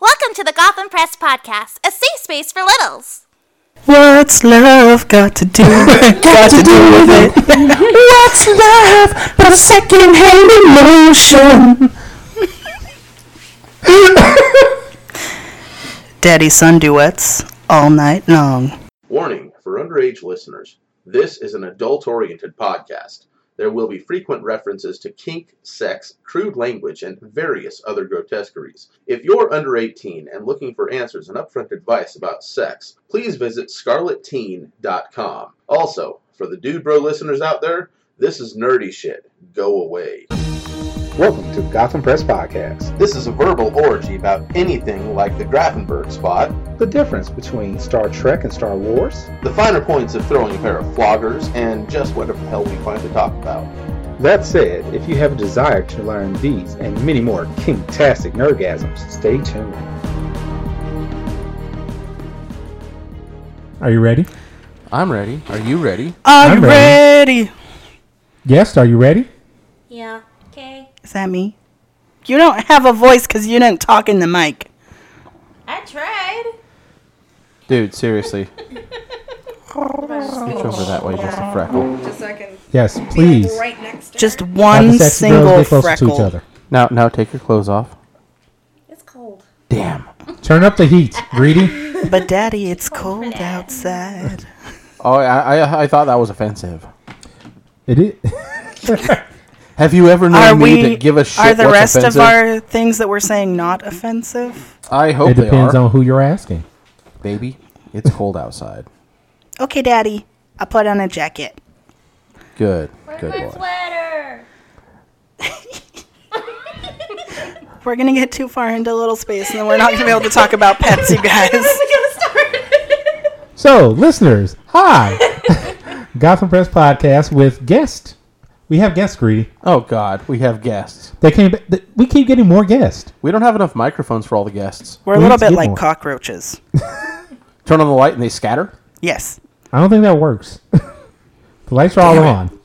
Welcome to the Gotham Press Podcast, a safe space for littles. What's love got to do? got to do with it. What's love but a second-hand emotion? Daddy son duets all night long. Warning for underage listeners this is an adult oriented podcast. There will be frequent references to kink, sex, crude language, and various other grotesqueries. If you're under 18 and looking for answers and upfront advice about sex, please visit scarletteen.com. Also, for the dude bro listeners out there, this is nerdy shit. Go away. Welcome to Gotham Press Podcast, This is a verbal orgy about anything like the Grafenberg spot, the difference between Star Trek and Star Wars, the finer points of throwing a pair of floggers, and just whatever the hell we find to talk about. That said, if you have a desire to learn these and many more kinktastic nerdgasms, stay tuned. Are you ready? I'm ready. Are you ready? Are I'm you ready. Yes, are you ready? Yeah. Okay. Is that me? You don't have a voice because you didn't talk in the mic. I tried. Dude, seriously. Reach over that way just a freckle. Just so I can Yes, please. be right next to Just her. Have one the sexy single girls get closer freckle. to each other. Now now take your clothes off. It's cold. Damn. Turn up the heat, greedy. But daddy, it's cold outside. Oh I, I I thought that was offensive. It is. Have you ever known Are me we? to give a shit are the what's rest offensive? of our things that we're saying not offensive? I hope it depends they are. on who you're asking. Baby, it's cold outside. Okay, daddy, I put on a jacket. Good. Good boy. We're gonna get too far into little space, and then we're not gonna be able to talk about pets, you guys. So, listeners, hi. Gotham Press Podcast with guest. We have guests, greedy. Oh god, we have guests. They came. ba- th- We keep getting more guests. We don't have enough microphones for all the guests. We're a little Let's bit get like more. cockroaches. Turn on the light and they scatter. Yes. I don't think that works. the lights are all on.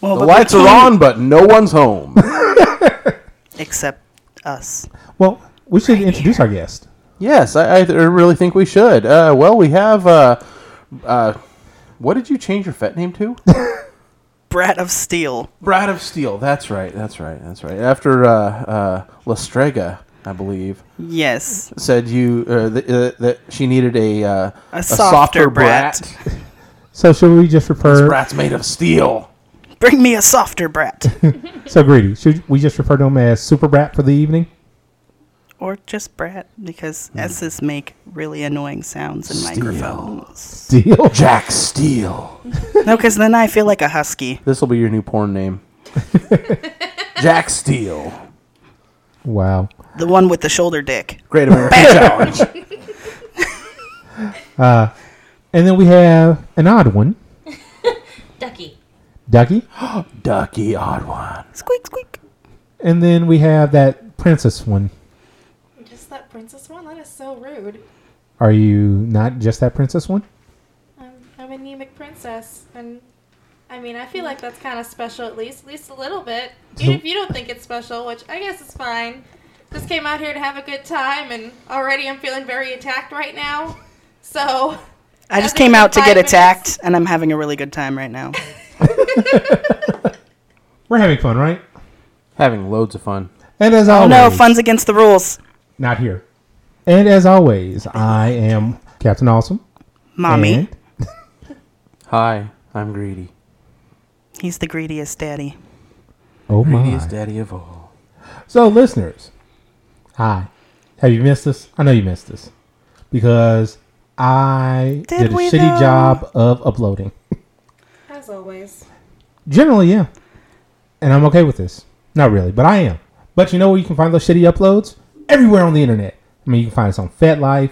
Well, The but we lights are can't- on, but no one's home. except us. Well, we should introduce our guest. Yes, I, I th- really think we should. Uh, well, we have. Uh, uh, what did you change your fet name to? Brat of steel. Brad of Steel. That's right. That's right. That's right. After uh, uh, Lastrega, I believe, Yes. said you uh, th- uh, that she needed a uh, A softer brat. So, should we just refer? Brat's made of steel. Bring me a softer brat, So, greedy. Should we just refer to him as Super Brat for the evening? or just brat, Hmm. because s's make really annoying sounds in microphones. Deal. Jack Steel. No, because then I feel like a husky. This will be your new porn name. Jack Steel. Wow. The one with the shoulder dick. Great American Challenge. And then we have an odd one, Ducky. Ducky. Ducky Oddwan. Squeak, squeak. And then we have that princess one. Just that princess one? That is so rude. Are you not just that princess one? I'm, I'm an anemic princess, and I mean, I feel like that's kind of special, at least, at least a little bit. Even if you don't think it's special, which I guess is fine. Just came out here to have a good time, and already I'm feeling very attacked right now. So, I just think came in out to five get minutes- attacked, and I'm having a really good time right now. We're having fun, right? Having loads of fun. And as Oh always, no, fun's against the rules. not here. And as always, I am Captain Awesome. Mommy, And Hi, I'm Greedy. he's the greediest daddy. oh Greedy is my. daddy of all. So listeners, hi. Have you missed us? I know you missed us because I Did did, a we, shitty though? job of uploading. as always, Generally, yeah. And I'm okay with this. Not really, but I am. But you know where you can find those shitty uploads? Everywhere on the internet. I mean, you can find us on FetLife,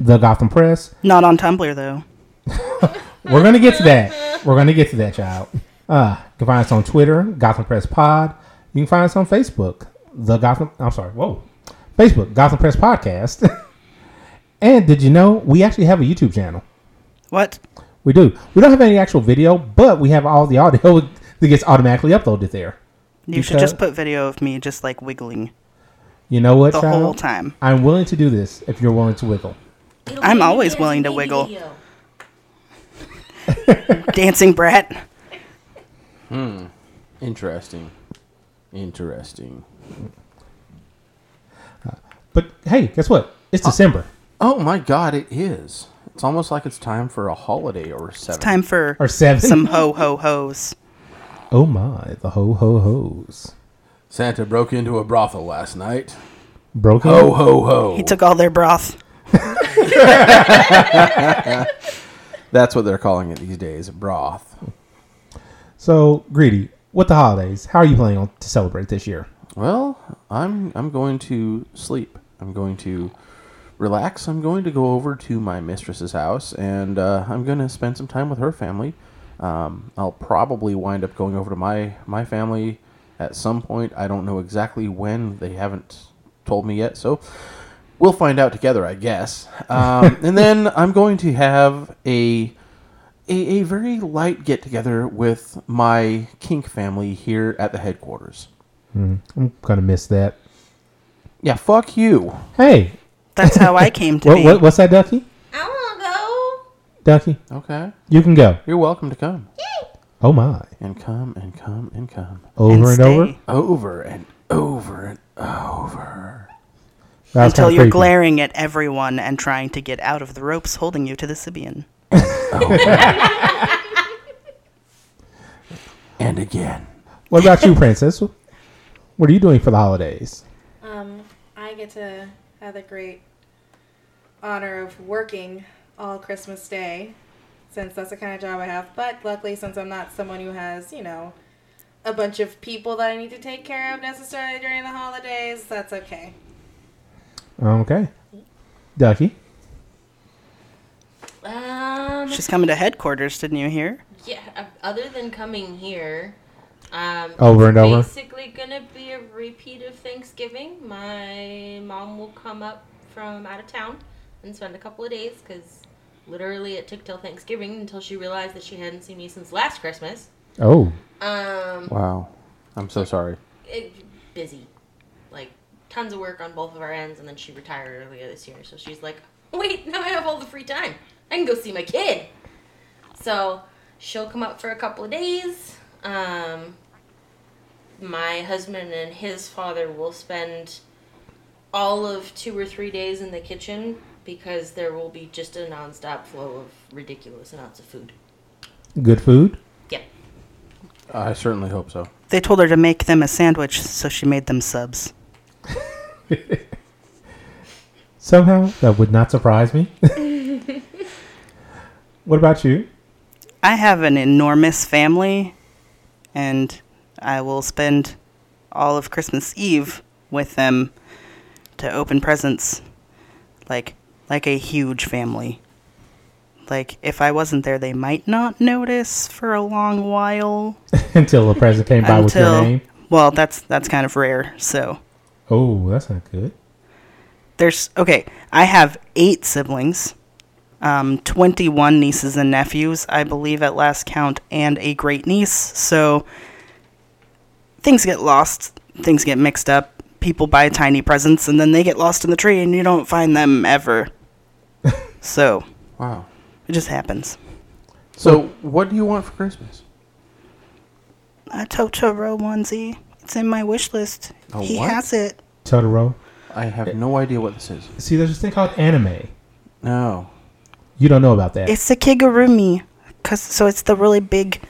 The Gotham Press. Not on Tumblr though. We're going to get to that. We're going to get to that, child. Uh, you can find us on Twitter, Gotham Press Pod. You can find us on Facebook, The Gotham. I'm sorry, whoa. Facebook, Gotham Press Podcast. and did you know we actually have a YouTube channel? What? We do. We don't have any actual video, but we have all the audio that gets automatically uploaded there. You should just Because- put video of me just like wiggling. You know what, the child? whole time. I'm willing to do this if you're willing to wiggle. It'll I'm be in always the willing to baby wiggle. video. Dancing brat. Interesting. Interesting. But hey, guess what? It's December Oh my God! It is. It's almost like it's time for a holiday or seven. Time for or seven. some ho ho ho's. oh my, the ho ho ho's Santa broke into a brothel last night. broken. Ho ho ho! He took all their broth. That's what they're calling it these days. Broth. So greedy. What the holidays? How are you planning on to celebrate this year? Well, I'm I'm going to sleep. I'm going to relax. I'm going to go over to my mistress's house, and uh, I'm going to spend some time with her family. Um, I'll probably wind up going over to my my family at some point. I don't know exactly when. They haven't told me yet, so we'll find out together, I guess. Um, and then I'm going to have a a, a very light get together with my kink family here at the headquarters. I'm gonna miss that. Yeah, fuck you. Hey, That's how I came to what, be. what what's that, Ducky? I want to go. Ducky, Okay. you can go. You're welcome to come. Oh my, And come and come and come. over and, stay over. Over and over and over. That was Until kinda you're creepy. glaring at everyone and trying to get out of the ropes holding you to the Sibian. And again. What about you, Princess? What are you doing for the holidays? Um, I get to have the great honor of working all Christmas Day, since that's the kind of job I have. But luckily, since I'm not someone who has, you know, a bunch of people that I need to take care of necessarily during the holidays, that's okay. Okay, Ducky. Um, She's coming to headquarters, didn't you hear? yeah. uh, Other than coming here, um, Over and it's over. Basically, gonna be a repeat of Thanksgiving. My mom will come up from out of town and spend a couple of days because literally it took till Thanksgiving until she realized that she hadn't seen me since last Christmas. Oh, Um, Wow. I'm so sorry. it, busy, like tons of work on both of our ends, and then she retired earlier this year, so she's like, wait, now I have all the free time. I can go see my kid. So she'll come up for a couple of days. Um, my husband and his father will spend all of two or three days in the kitchen because there will be just a nonstop flow of ridiculous amounts of food. good food. Yep. I certainly hope so. They told her to make them a sandwich, so she made them subs. Somehow that would not surprise me. what about you? I have an enormous family, and I will spend all of Christmas Eve with them to open presents, like like a huge family. Like if I wasn't there, they might not notice for a long while Until the present came by with your until name. well, that's that's kind of rare. So Oh, that's not good. there's okay. I have eight siblings, um, 21 nieces and nephews, I believe at last count, and a great niece. So things get lost, things get mixed up. People buy tiny presents and then they get lost in the tree, and you don't find them ever. so Wow. it just happens. So, what do you want for Christmas? A Totoro onesie. It's in my wish list. A he what? has it. Totoro. I have no idea what this is. See, there's this thing called anime. No. You don't know about that. It's a kigurumi, 'cause- so it's the really big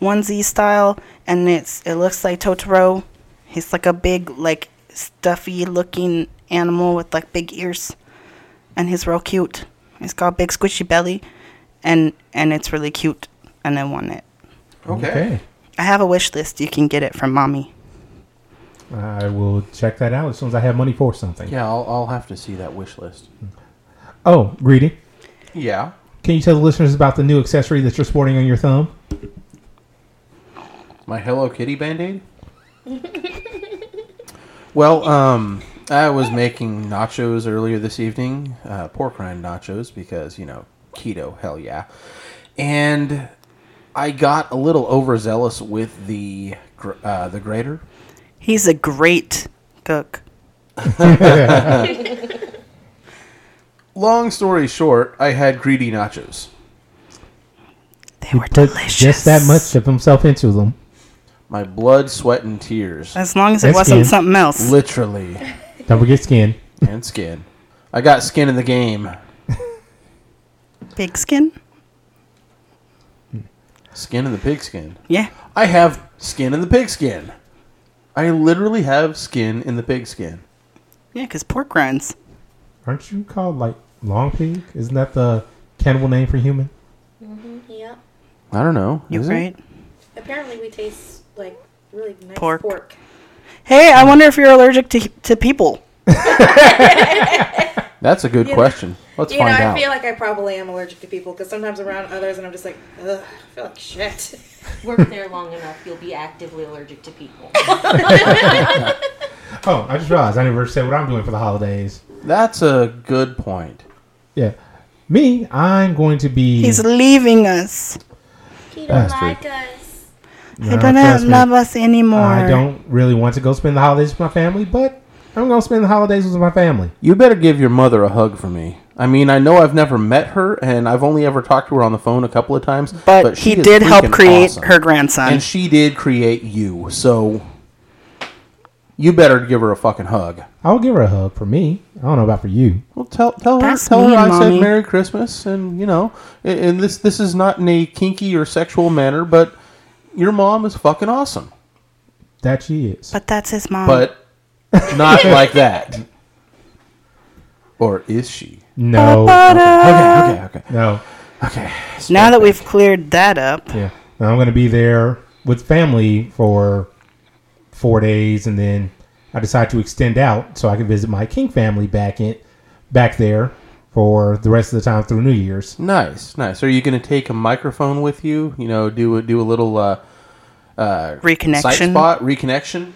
onesie style, and it's it looks like Totoro. He's like a big, like stuffy looking animal with like big ears, and he's real cute. He's got a big squishy belly, and and it's really cute, and I want it. okay. I have a wish list. You can get it from mommy. I will check that out as soon as I have money for something. Yeah, I'll, I'll have to see that wish list. Oh, greedy. Yeah. Can you tell the listeners about the new accessory that you're sporting on your thumb? My Hello Kitty band aid? well, um, I was making nachos earlier this evening, uh, pork rind nachos, because, you know, keto, hell yeah. And I got a little overzealous with the, gr- uh, the grater. He's a great cook. Long story short, I had greedy nachos. They He were put delicious. just that much of himself into them. My blood, sweat, and tears. As long as it That's wasn't good. something else. Literally. Don't forget skin. and skin. I got skin in the game. Big skin? Skin in the pigskin. Yeah. I have skin in the pigskin. I literally have skin in the pigskin. Yeah, because pork rinds. Aren't you called like long pig? Isn't that the cannibal name for human? Yep. I don't know. You is it? right? Apparently, we taste like really nice Pork. pork. Hey, I wonder if you're allergic to, to people. Hmm. That's a good know- question. Let's You know, find I out. feel like I probably am allergic to people because sometimes around others, and I'm just like, ugh, I feel like shit. Work there long enough, you'll be actively allergic to people. Oh, I just realized I never said what I'm doing for the holidays. That's a good point. Yeah. Me, I'm going to be. uh, He's leaving us. He don't Bastard. like us. No, he trust doesn't me. love us anymore. I don't really want to go spend the holidays with my family, but I'm going to spend the holidays with my family. You better give your mother a hug for me. I mean, I know I've never met her, and I've only ever talked to her on the phone a couple of times. But, she he is did help freaking create awesome. her grandson. and she did create you. So you better give her a fucking hug. I'll give her a hug for me. I don't know about for you. Well, tell tell her That's tell her mean, I Mommy. said Merry Christmas, and you know, a- and this this is not in a kinky or sexual manner, but your mom is fucking awesome, That she is. but that's his mom. but not like that. Or is she? no. Okay, Uh. okay, okay, No. okay. now that we've cleared that up, Yeah. And I'm going to be there with family for four days, and then I decide to extend out so I can visit my King family back in back there for the rest of the time through New Year's. Nice, nice. Are you going to take a microphone with you? You know, do a, do a little uh, uh, sight reconnection. spot reconnection.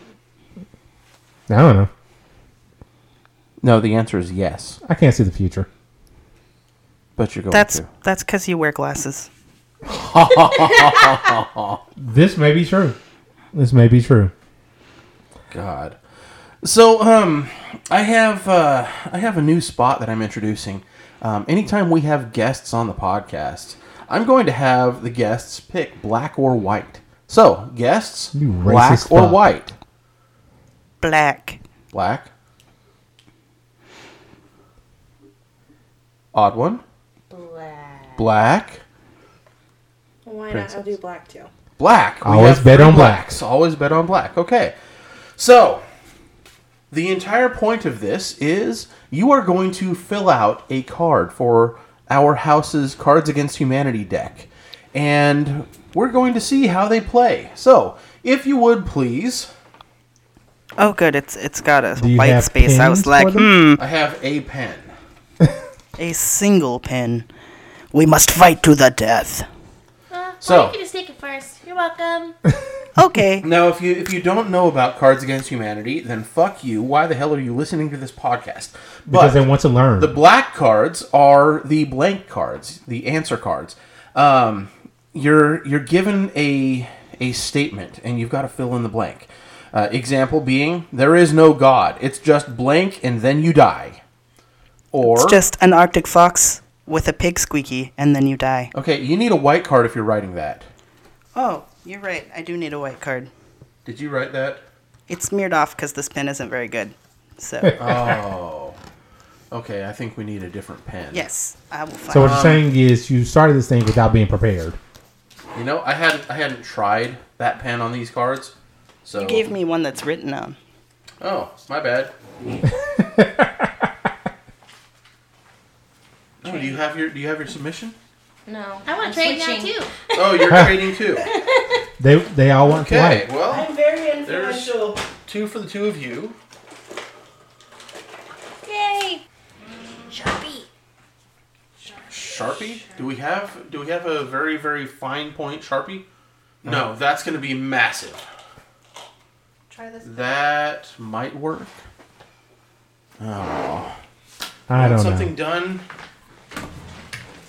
I don't know. No, the answer is yes, I can't see the future. but you're going That's to. that's because you wear glasses. This may be true. This may be true. God. So um, I have uh, I have a new spot that I'm introducing. Um, anytime we have guests on the podcast, I'm going to have the guests pick black or white. So guests, You racist black or fuck. white, Black. black. Odd one, Black. black, Why not? I'll do black too. black. We Always have bet three on black. blacks. Always bet on black. Okay. So, the entire point of this is you are going to fill out a card for our house's Cards Against Humanity deck, and we're going to see how they play. So, if you would please, Oh, good. It's it's got a you white have space. I pins was like, for them? hmm, I have a pen. a single pin. We must fight to the death. So, just take it first. You're welcome. Okay. Now, if you if you don't know about Cards Against Humanity, then fuck you. Why the hell are you listening to this podcast? Because I want to learn. The black cards are the blank cards, the answer cards. Um, you're you're given a a statement, and you've got to fill in the blank. Uh, example being, there is no God. It's just blank, and then you die. Or It's just an Arctic fox with a pig squeaky, and then you die. okay, you need a white card if you're writing that. Oh, you're right. I do need a white card. Did you write that? It's smeared off because this pen isn't very good. So, Okay, I think we need a different pen. yes, I will find so um, what you're saying is you started this thing without being prepared. You know, I hadn't I hadn't tried that pen on these cards. So You gave me one that's written on. Oh, my bad. oh, do you have your do you have your submission? No. I I'm want to trade now switching. too. Oh, you're trading two. They they all want to Okay, like. well, very there's two for the two of you. Yay! Sharpie. Sharpie? Do we have do we have a very very fine point sharpie? No, that's going to be massive. Try this. That might work. I don't Something know. done.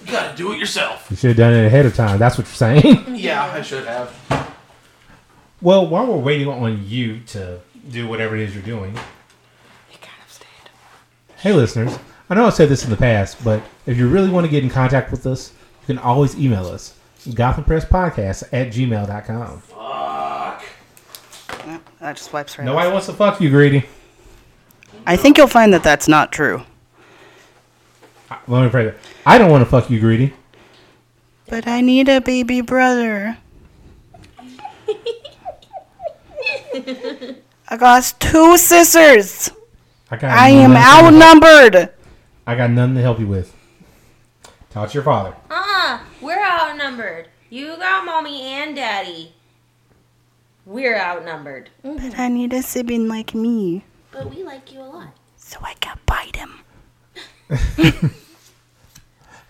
You gotta do it yourself. You should have done it ahead of time. That's what you're saying. Mm-hmm. Yeah, I should have. Well, while we're waiting on you to do whatever it is you're doing, We gotta Hey, listeners, I know I've said this in the past, but if you really want to get in contact with us, you can always email us gothampresspodcast at gmail.com. Yep, That just wipes right Nobody off. wants to fuck you, Greedy. I think you'll find that that's not true. Let me pray that. I don't want to fuck you, Greedy. But I need a baby brother. I got two sisters. I, got I am nothing to- outnumbered. I got nothing to help you with. Talk to your father. Uh-uh. We're outnumbered. You got mommy and daddy. We're outnumbered. But I need a sibling like me But we like you a lot. so I can bite him.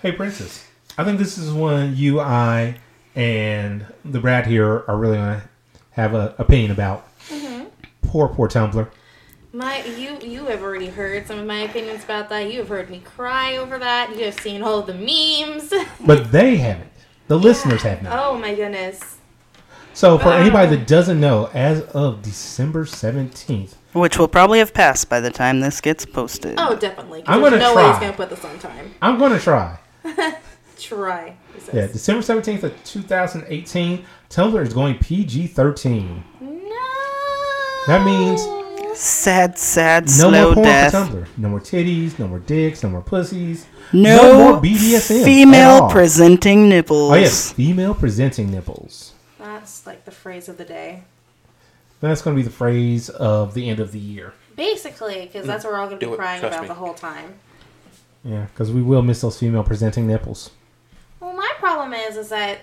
Hey, Princess. I think this is one you, I, and the Brad here are really going to have a opinion about. Mm-hmm. Poor, poor Tumblr. My, you, you have already heard some of my opinions about that. You have heard me cry over that. You have seen all the memes. But they haven't. The listeners have not. Oh my goodness. So, for anybody that doesn't know, as of December 17th, Which will probably have passed by the time this gets posted. Oh, definitely. 'cause I'm there's gonna no way he's try. gonna put this on time. I'm going to try. Try. he says. Yeah, December 17th of 2018, Tumblr is going PG 13. No. That means Sad, sad, no slow more porn death. for Tumblr. No more titties, no more dicks, no more pussies. No, more BDSM. at female all. presenting nipples. Oh, yes, female presenting nipples. That's like the phrase of the day. That's going to be the phrase of the end of the year. Basically, because that's what we're all gonna Mm. Do be it. crying Trust about me. the whole time. Yeah, because we will miss those female presenting nipples. Well, my problem is, is that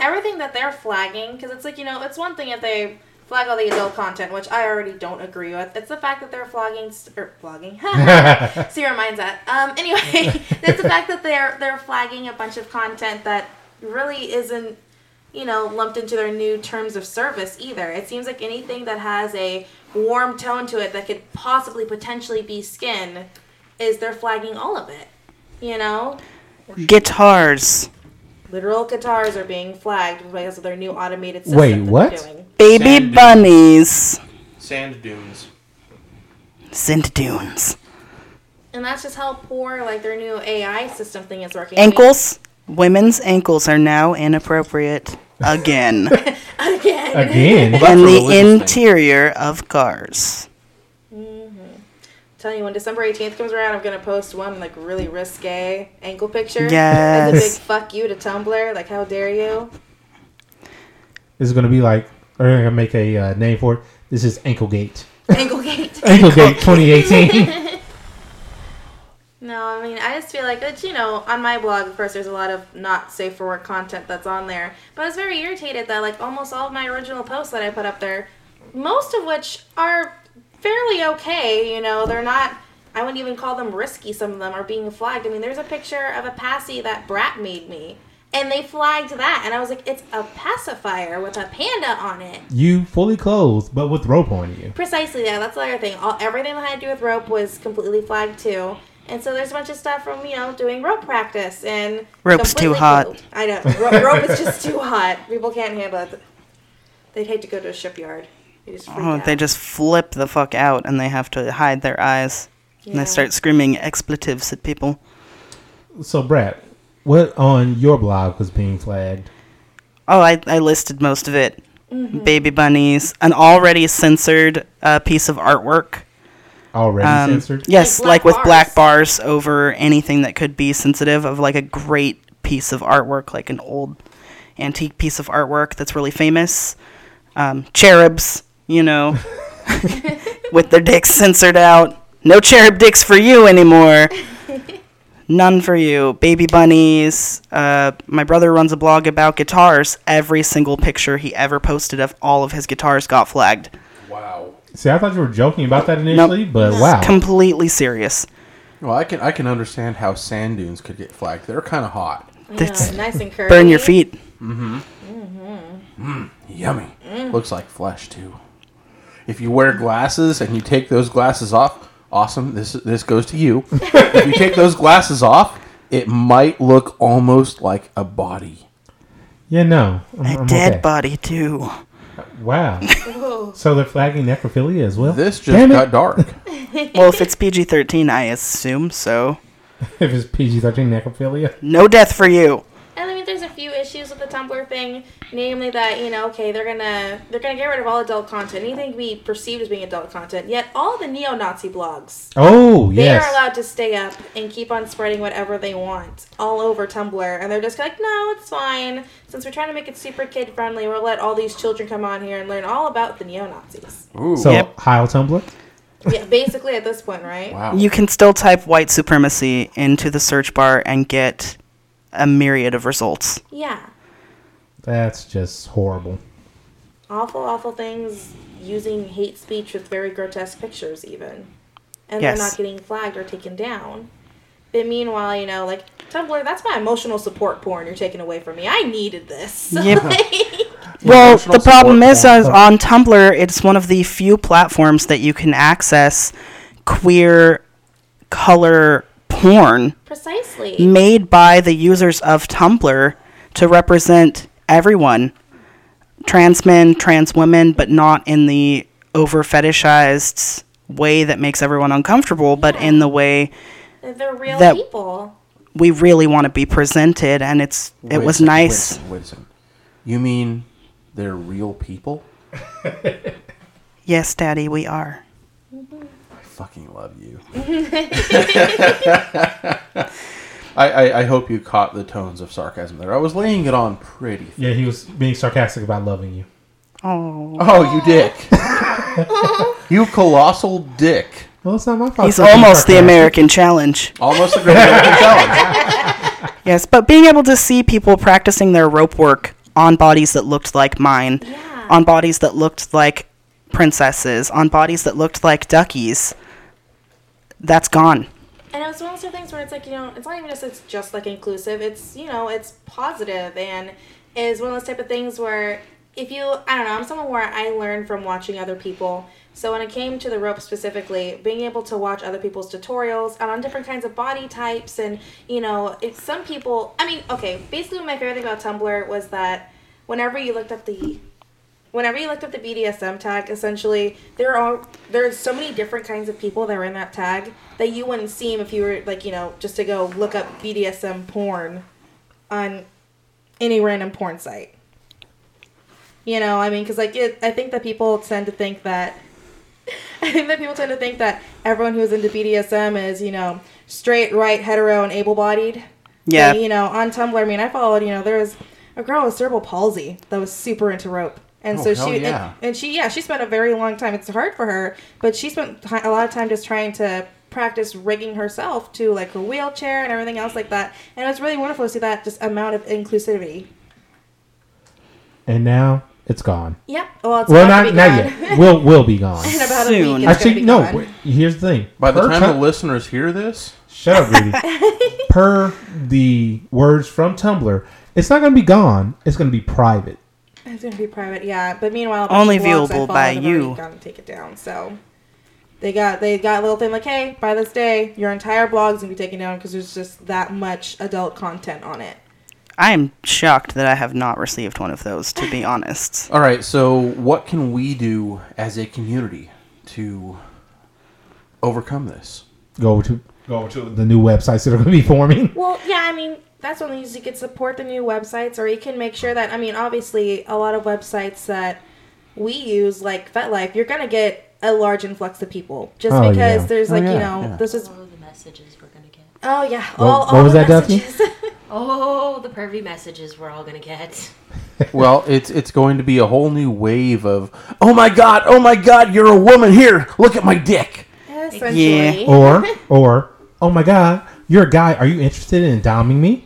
everything that they're flagging, because it's like you know, it's one thing if they flag all the adult content, which I already don't agree with. It's the fact that they're er, flogging st- or flogging. See where mine's at. Um. Anyway, it's the fact that they're they're flagging a bunch of content that really isn't you know, lumped into their new terms of service either. It seems like anything that has a warm tone to it that could possibly potentially be skin is they're flagging all of it. You know? Guitars. Literal guitars are being flagged because of their new automated system. Wait, that they're what? Doing. Baby Sand dunes. bunnies. Sand dunes. Sand dunes. And that's just how poor like their new AI system thing is working. Ankles. Women's ankles are now inappropriate again. Again. Again, and a the religious thing. interior of cars. Telling you when December eighteenth comes around, I'm gonna post one like really risque ankle picture. As Yes. a big fuck you to Tumblr. Like how dare you? this is going to be like, we're going to make a uh, name for it. This is Anklegate. Anklegate. Anklegate 2018. No, I mean, I just feel like it's, you know, on my blog, of course, there's a lot of not safe for work content that's on there. But I was very irritated that, like, almost all of my original posts that I put up there, most of which are fairly okay, you know, they're not, I wouldn't even call them risky, some of them are being flagged. I mean, there's a picture of a passy that Brat made me, and they flagged that. And I was like, it's a pacifier with a panda on it. you fully clothed, but with rope on you. Precisely, yeah, that's the other thing. All, everything that had to do with rope was completely flagged too. And so there's a bunch of stuff from, you know, doing rope practice and. Rope's too completely hot. pooped. I know. Rope, rope is just too hot. People can't handle it. They'd hate to go to a shipyard. They just freak Oh, out. they just flip the fuck out and they have to hide their eyes. And Yeah. they start screaming expletives at people. So, Brad, what on your blog was being flagged? Oh, I, I listed most of it. Mm-hmm. Baby bunnies, an already censored uh, piece of artwork. Already Um, censored? Yes, Like like, black with black bars over anything that could be sensitive of like a great piece of artwork, like an old antique piece of artwork that's really famous. Um, cherubs, you know, with their dicks censored out. No cherub dicks for you anymore. None for you. Baby bunnies. Uh, my brother runs a blog about guitars. Every single picture he ever posted of all of his guitars got flagged. Wow. See, I thought you were joking about that initially, but wow. Completely serious. Well, I can I can understand how sand dunes could get flagged. They're kind of hot. That's- Yeah, nice and curvy. Burn your feet. Yummy. Mm. Looks like flesh too. If you wear glasses and you take those glasses off, awesome. This this goes to you. if you take those glasses off, it might look almost like a body. yeah, no. I'm, A I'm dead okay. body too. Wow. so they're flagging necrophilia as well. This just Damn it. got dark. Well, if it's PG 13, I assume so. if it's PG thirteen necrophilia, No death for you. And I mean, there's a few issues with the Tumblr thing, namely that you know, okay, they're gonna they're gonna get rid of all adult content, anything we perceived as being adult content. Yet all the neo-Nazi blogs, oh they yes, are allowed to stay up and keep on spreading whatever they want all over Tumblr, and they're just like, no, it's fine. Since we're trying to make it super kid friendly, we'll let all these children come on here and learn all about the neo-Nazis. Ooh, so Yep. Heil Tumblr. yeah, basically at this point, right? wow. You can still type white supremacy into the search bar and get a myriad of results. Yeah, That's just horrible. awful, awful things using hate speech with very grotesque pictures, even. And Yes. they're not getting flagged or taken down. But meanwhile, you know, like, Tumblr, that's my emotional support porn you're taking away from me. I needed this. Yep. Like, Well, Emotional the problem support is form. as on Tumblr, it's one of the few platforms that you can access queer color porn precisely. made by the users of Tumblr to represent everyone trans men, trans women, but not in the over fetishized way that makes everyone uncomfortable, but in the way They're real That- people. we really want to be presented. And it's Wait it a was second, wait a nice. second, wait a second. You mean they're real people? Yes, Daddy, we are. I fucking love you. I, I, I hope you caught the tones of sarcasm there. I was laying it on pretty. Th- Yeah, he was being sarcastic about loving you. Oh, oh, you dick! you colossal dick! Well, it's not my fault. he's for being almost the sarcastic. American challenge. Almost the Great American Challenge. Yes, but being able to see people practicing their rope work on bodies that looked like mine, on bodies that looked like princesses, on bodies that looked like duckies, that's gone. And it's one of those things where it's like, you know, it's not even just it's just like inclusive. It's you know, it's positive and is one of those type of things where if you I don't know, I'm someone where I learn from watching other people. So when it came to the rope specifically, being able to watch other people's tutorials and on different kinds of body types and you know, it's some people I mean, okay, basically my favorite thing about Tumblr was that whenever you looked up the whenever you looked up the BDSM tag, essentially there are there's so many different kinds of people that are in that tag that you wouldn't seem if you were like you know just to go look up BDSM porn on any random porn site. You know, I mean, because like it, I think that people tend to think that. I think that people tend to think that everyone who's into BDSM is, you know, straight, right, hetero, and able-bodied. Yeah. But, you know, on Tumblr, I mean, I followed, you know, there was a girl with cerebral palsy that was super into rope. And Oh, so hell she, and- yeah. and, she, yeah, she spent a very long time. It's hard for her, but she spent ti- a lot of time just trying to practice rigging herself to like her wheelchair and everything else like that. And it was really wonderful to see that just amount of inclusivity. And now it's gone. Yep. Well, it's well, about not to be not gone. yet. We'll will be gone. In about a Soon. week, it's gonna Actually, be no. gone. wait, here's the thing. By the Per time Tum- the listeners hear this, Shut up, Rudy. per the words from Tumblr, it's not going to be gone. It's going to be private. It's gonna be private, yeah. But meanwhile, a bunch Only of blogs I viewable follow by have already you. Gone to take it down, so they got they got a little thing like, hey, by this day, your entire blog's gonna be taken down because there's just that much adult content on it. I am shocked that I have not received one of those, to be honest. all right. So, what can we do as a community to overcome this? Go over to go over to the new websites that are going to be forming. Well, yeah, I mean, that's when you usually could support the new websites, or you can make sure that, I mean, obviously, a lot of websites that we use, like FetLife, you're going to get a large influx of people just Oh, because yeah. there's, Oh, like, yeah, you know, yeah. this is, All of the messages we're gonna get. oh, yeah. What- all, what all was the that, Daphne? messages. Oh, the pervy messages we're all gonna get. Well, it's it's going to be a whole new wave of oh my god, oh my god, you're a woman here. Look at my dick. Essentially. Or or oh my god, you're a guy. Are you interested in doming me?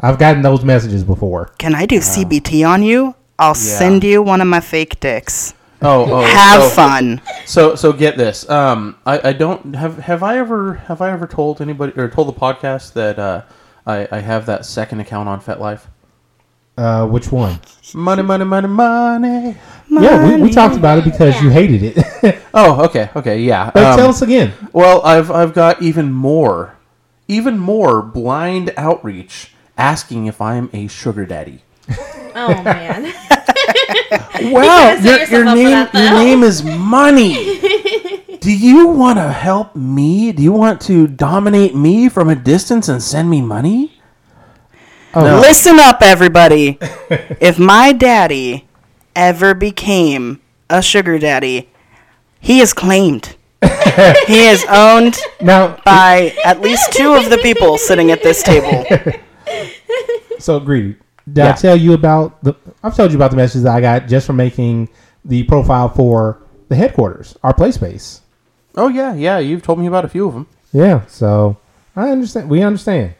I've gotten those messages before. Can I do CBT on you? I'll send you one of my fake dicks. Oh, oh Have so, fun. So so get this. Um, I, I don't have have I ever have I ever told anybody or told the podcast that uh, I I have that second account on FetLife. Uh, which one? Money, money, money, money. Yeah, we, we talked about it because you hated it. Oh, okay, okay, yeah. but Um, tell us again. Well, I've I've got even more, even more blind outreach asking if I'm a sugar daddy. Oh, man. Wow, set your, yourself your up for name that, your though. name is money. Do you want to help me? Do you want to dominate me from a distance and send me money? Listen up, everybody. if my daddy ever became a sugar daddy, he is claimed. he is owned Now, by at least two of the people sitting at this table. so greedy. Did I Yeah. tell you about the? I've told you about the message that I got just for making the profile for the headquarters, our play space. Oh yeah, yeah. You've told me about a few of them. Yeah, so I understand. We understand.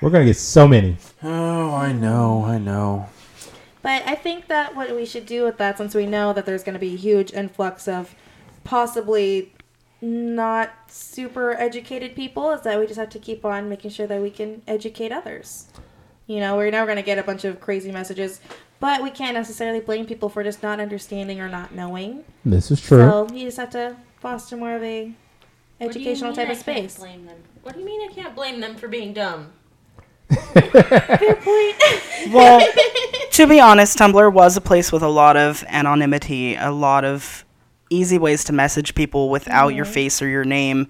We're gonna get so many. Oh, I know, I know. But I think that what we should do with that, since we know that there's going to be a huge influx of possibly not super educated people, is that we just have to keep on making sure that we can educate others. You know, we're never going to get a bunch of crazy messages, but we can't necessarily blame people for just not understanding or not knowing. This is true. So you just have to foster more of a educational type of space. Blame them. What do you mean I can't blame them for being dumb? Well, to be honest, Tumblr was a place with a lot of anonymity, a lot of easy ways to message people without Mm-hmm. your face or your name.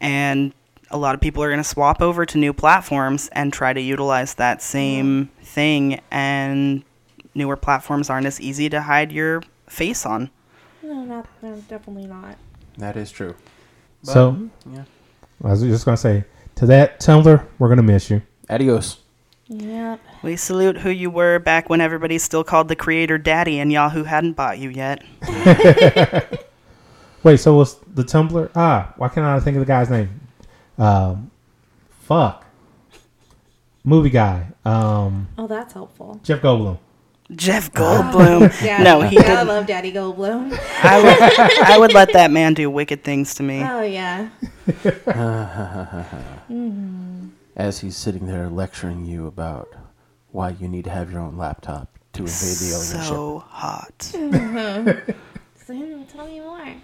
And a lot of people are going to swap over to new platforms and try to utilize that same thing. And newer platforms aren't as easy to hide your face on. No, not, no, definitely not. That is true. So, yeah. I was just gonna say to that Tumblr, we're gonna miss you. Adios. Yeah. We salute who you were back when everybody still called the creator daddy and Yahoo hadn't bought you yet. Wait, so was the Tumblr? Ah, why can't I think of the guy's name? Um, fuck, movie guy. Um, Oh, that's helpful. Jeff Goldblum. Jeff Goldblum. Daddy, No, he yeah, I didn't. love Daddy Goldblum. I would, I would let that man do wicked things to me. Oh yeah. As he's sitting there lecturing you about why you need to have your own laptop to invade the alien ship. so hot. So, hmm, tell me more.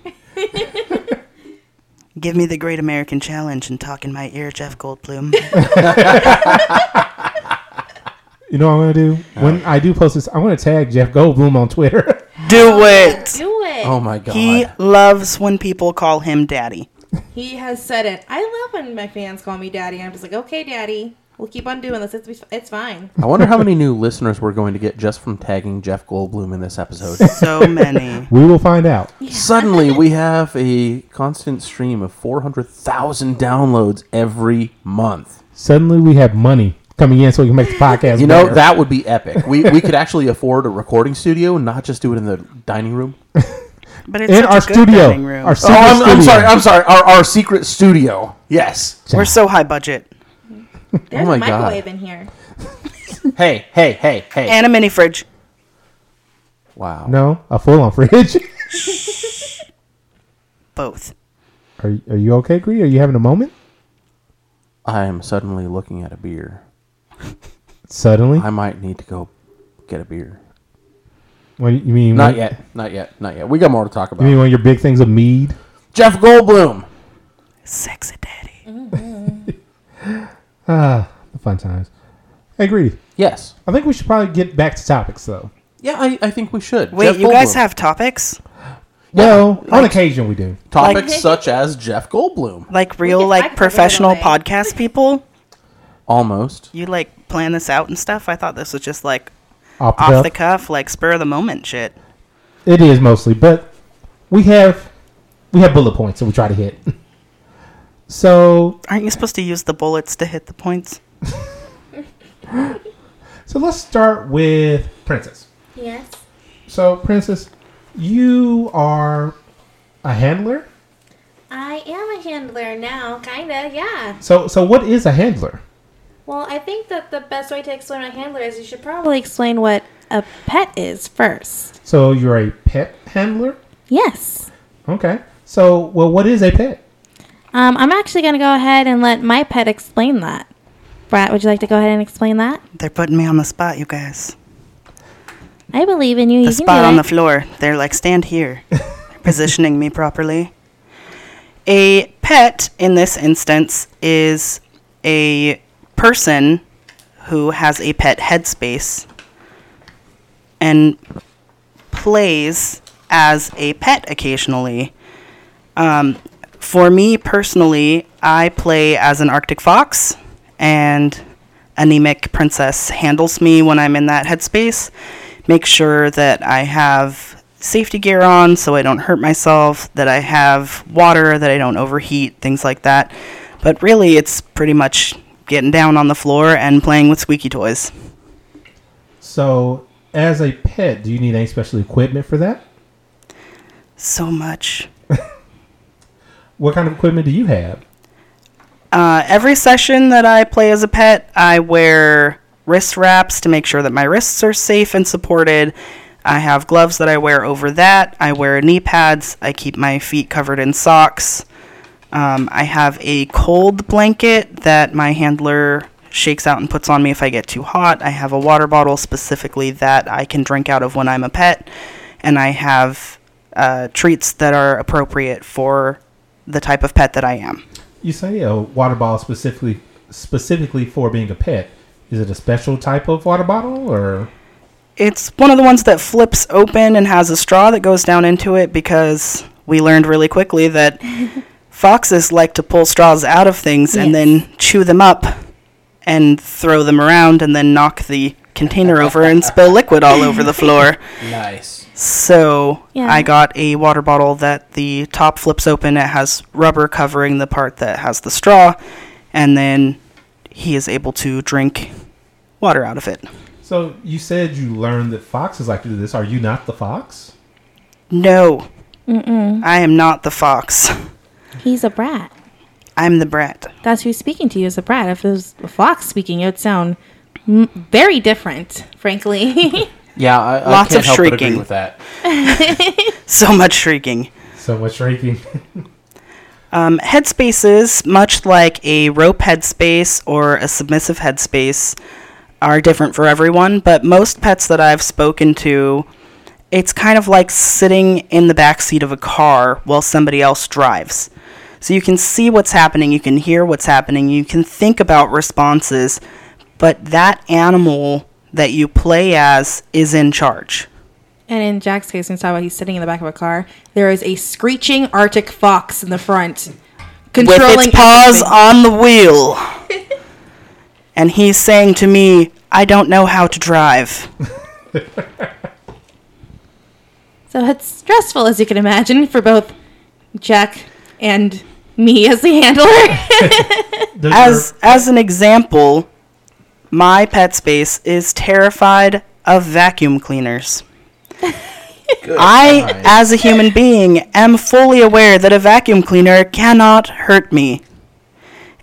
Give me the Great American Challenge and talk in my ear, Jeff Goldblum. You know what I'm gonna do Oh. when I do post this? I'm gonna tag Jeff Goldblum on Twitter. do it. Do it. Oh my god. He loves when people call him daddy. He has said it. I love when my fans call me daddy. I'm just like, okay, daddy. We'll keep on doing this. It's it's fine. Oh I wonder how many new listeners we're going to get just from tagging Jeff Goldblum in this episode. So many. We will find out. Suddenly, we have a constant stream of 400,000 downloads every month. Suddenly, we have money coming in, so we can make the podcast. You know, better. that would be epic. We, we could actually afford a recording studio and not just do it in the dining room. But it's in such our a good dining studio. room. Our Oh, secret I'm, I'm studio. sorry. I'm sorry. Our, our secret studio. Yes. We're so high budget. There's my a God. microwave in here. Hey, hey, hey, hey. And a mini fridge. wow. No, a full-on fridge. Both. Are, are you okay, Cree? Are you having a moment? I am suddenly looking at a beer. Suddenly? I might need to go get a beer. What do you mean? Not when- yet. Not yet. Not yet. We got more to talk You mean about. one of your big things of mead? Jeff Goldblum. Sexy daddy. The fun times. Hey, Greedy. Yes. I think we should probably get back to topics, though. Yeah, I, I think we should. Wait, Jeff you guys Goldblum. have topics? Well, on occasion we do. topics like- such as Jeff Goldblum. Like real, I like could go professional that way. podcast people? Almost. You like plan this out and stuff? I thought this was just like Off the, off cuff. the cuff, like spur of the moment shit. It is mostly, but we have we have bullet points that we try to hit. so Aren't you supposed to use the bullets to hit the points? so let's start with Princess. Yes. So Princess, you are a handler. I am a handler now, kinda, yeah. So so what is a handler? Well, I think that the best way to explain a handler is you should probably explain what a pet is first. So you're a pet handler. Yes. Okay. So well, what is a pet? Um, I'm actually gonna go ahead and let my pet explain that. Brat, would you like to go ahead and explain that? They're putting me on the spot, you guys. I believe in you. the you spot can do on it. the floor. They're like, stand here, positioning me properly. A pet, in this instance, is a person who has a pet headspace and plays as a pet occasionally. Um, for me personally, I play as an Arctic fox, and anemic princess handles me when I'm in that headspace. Make sure that I have safety gear on so I don't hurt myself, that I have water, that I don't overheat, things like that. But really, it's pretty much getting down on the floor and playing with squeaky toys. So, as a pet, do you need any special equipment for that? So much. What kind of equipment do you have? Uh, every session that I play as a pet, I wear wrist wraps to make sure that my wrists are safe and supported. I have gloves that I wear over that. I wear knee pads. I keep my feet covered in socks. Um, I have a cold blanket that my handler shakes out and puts on me if I get too hot. I have a water bottle specifically that I can drink out of when I'm a pet. And I have uh, treats that are appropriate for the type of pet that I am. You say a water bottle specifically specifically for being a pet. Is it a special type of water bottle or It's one of the ones that flips open and has a straw that goes down into it because we learned really quickly that foxes like to pull straws out of things and then chew them up and throw them around and then knock the container over and spill liquid all over the floor. Nice. So Yeah. I got a water bottle that the top flips open. It has rubber covering the part that has the straw, and then he is able to drink water out of it. So you said you learned that foxes like to do this. Are you not the fox? No, Mm-mm. I am not the fox. He's a brat. I'm the brat. That's who's speaking to you as a brat. If it was a fox speaking, it would sound m- very different, frankly. Yeah, I, I Lots can't of help but agree shrieking. with that. So much shrieking. So much ranking. Um, headspaces, much like a rope headspace or a submissive headspace, are different for everyone, but most pets that I've spoken to, it's kind of like sitting in the back seat of a car while somebody else drives. So you can see what's happening, you can hear what's happening, you can think about responses, but that animal that you play as is in charge. And in Jack's case, when we talk about he's sitting in the back of a car, there is a screeching Arctic fox in the front, with controlling its paws everything. on the wheel. and he's saying to me, I don't know how to drive. So it's stressful, as you can imagine, for both Jack and me as the handler. Does As your- as an example, my pet space is terrified of vacuum cleaners. I, as a human being, am fully aware that a vacuum cleaner cannot hurt me.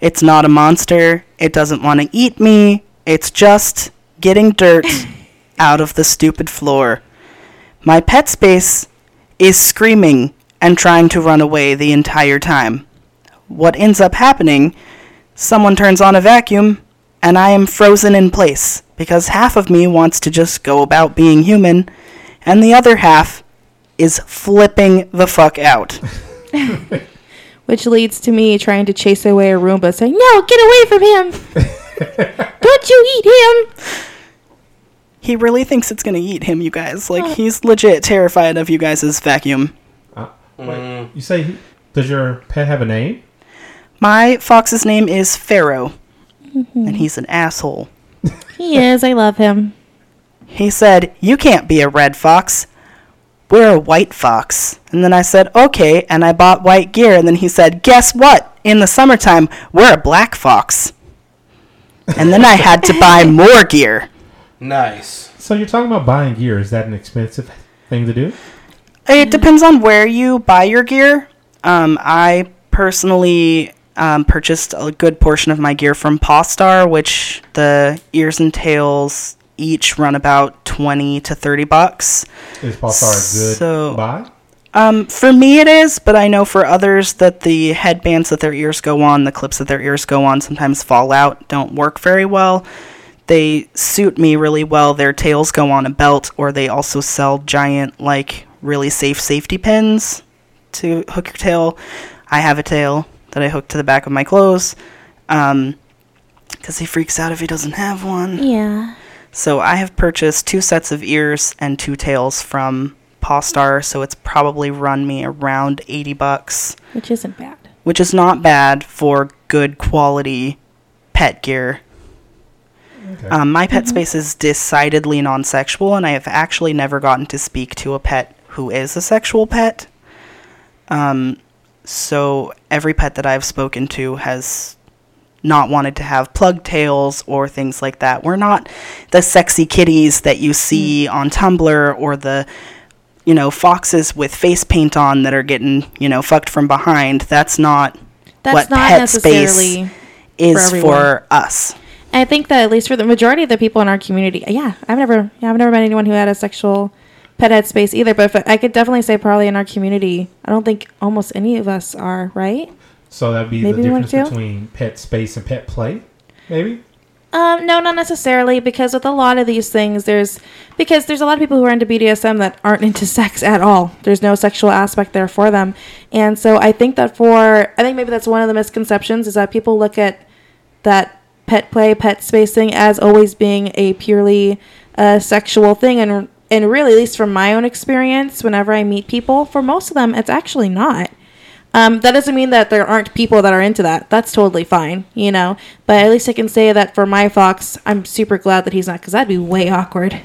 It's not a monster. It doesn't want to eat me. It's just getting dirt out of the stupid floor. My pet space is screaming and trying to run away the entire time. What ends up happening Someone turns on a vacuum, and I am frozen in place because half of me wants to just go about being human, and the other half is flipping the fuck out. Which leads to me trying to chase away a Roomba, saying, No, get away from him! Don't you eat him! He really thinks it's gonna eat him, you guys. Like, he's legit terrified of you guys' vacuum. you say, he- does your pet have a name? My fox's name is Pharaoh, and he's an asshole. He is, I love him. He said, You can't be a red fox. We're a white fox. And then I said, Okay. And I bought white gear. And then he said, Guess what? In the summertime, we're a black fox. And then I had to buy more gear. Nice. So you're talking about buying gear. Is that an expensive thing to do? It depends on where you buy your gear. Um, I personally um, purchased a good portion of my gear from Pawstar, which the ears and tails each run about 20 to 30 bucks. Is Pulsar a good So- buy? Um, for me, it is, but I know for others that the headbands that their ears go on, the clips that their ears go on, sometimes fall out, don't work very well. They suit me really well. Their tails go on a belt, or they also sell giant, like, really safe safety pins to hook your tail. I have a tail that I hook to the back of my clothes because he freaks out if he doesn't have one. Yeah. So I have purchased two sets of ears and two tails from Paw Star, so it's probably run me around 80 bucks, which isn't bad. which is not bad for good quality pet gear. Um, my Mm-hmm. pet space is decidedly non sexual, and I have actually never gotten to speak to a pet who is a sexual pet. Um, so every pet that I've spoken to has not wanted to have plug tails or things like that. We're not the sexy kitties that you see on Tumblr or the you know foxes with face paint on that are getting you know fucked from behind. That's not That's what not pet necessarily space is everyone. for us. I think that at least for the majority of the people in our community, yeah, I've never, yeah, I've never met anyone who had a sexual pet head space either. But if, I could definitely say probably in our community, I don't think almost any of us are right. So that'd be Maybe the we want difference to? between pet space and pet play, maybe. Um, no, not necessarily, because with a lot of these things, there's because there's a lot of people who are into BDSM that aren't into sex at all. There's no sexual aspect there for them, and so I think that for I think maybe that's one of the misconceptions is that people look at that pet play, pet space thing as always being a purely uh, sexual thing, and and really, at least from my own experience, whenever I meet people, for most of them, it's actually not. Um, that doesn't mean that there aren't people that are into that. That's totally fine, you know. But at least I can say that for my fox, I'm super glad that he's not, because that'd be way awkward.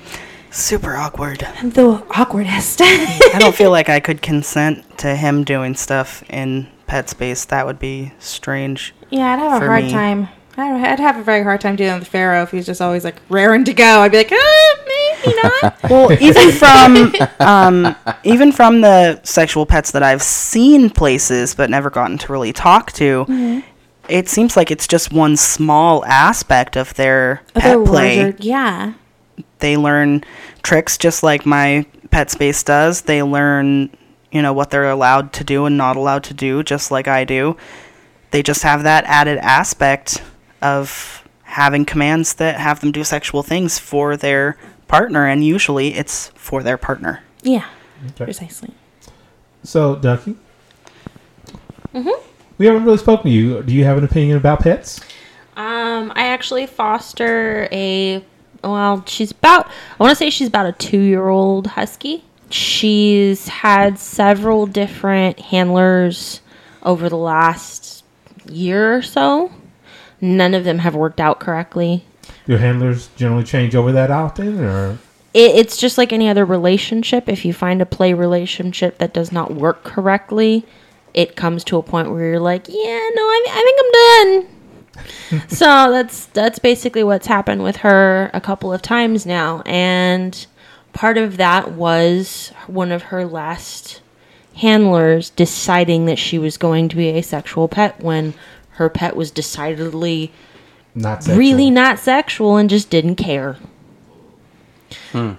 Super awkward. I'm the awkwardest. I don't feel like I could consent to him doing stuff in pet space. That would be strange. yeah, I'd have a For hard me. time. I'd I'd have a very hard time dealing with Pharaoh if he was just always like raring to go. I'd be like, ah, maybe not. Well, even from um, even from the sexual pets that I've seen places but never gotten to really talk to, it seems like it's just one small aspect of their pet Other play. larger- yeah. They learn tricks just like my pet space does. They learn, you know, what they're allowed to do and not allowed to do, just like I do. They just have that added aspect of having commands that have them do sexual things for their partner, and usually it's for their partner. Yeah. Okay. Precisely. So, Ducky. Mm-hmm. Mm-hmm. We haven't really spoken to you. Do you have an opinion about pets? Um, I actually foster a well, she's about I want to say she's about a 2-year-old husky. She's had several different handlers over the last year or so. None of them have worked out correctly. Do handlers generally change over that often, or it, it's just like any other relationship. If you find a play relationship that does not work correctly, it comes to a point where you're like, yeah, no, I, I think I'm done. so that's that's basically what's happened with her a couple of times now, and part of that was one of her last handlers deciding that she was going to be a sexual pet when her pet was decidedly not sexual? really not sexual and just didn't care.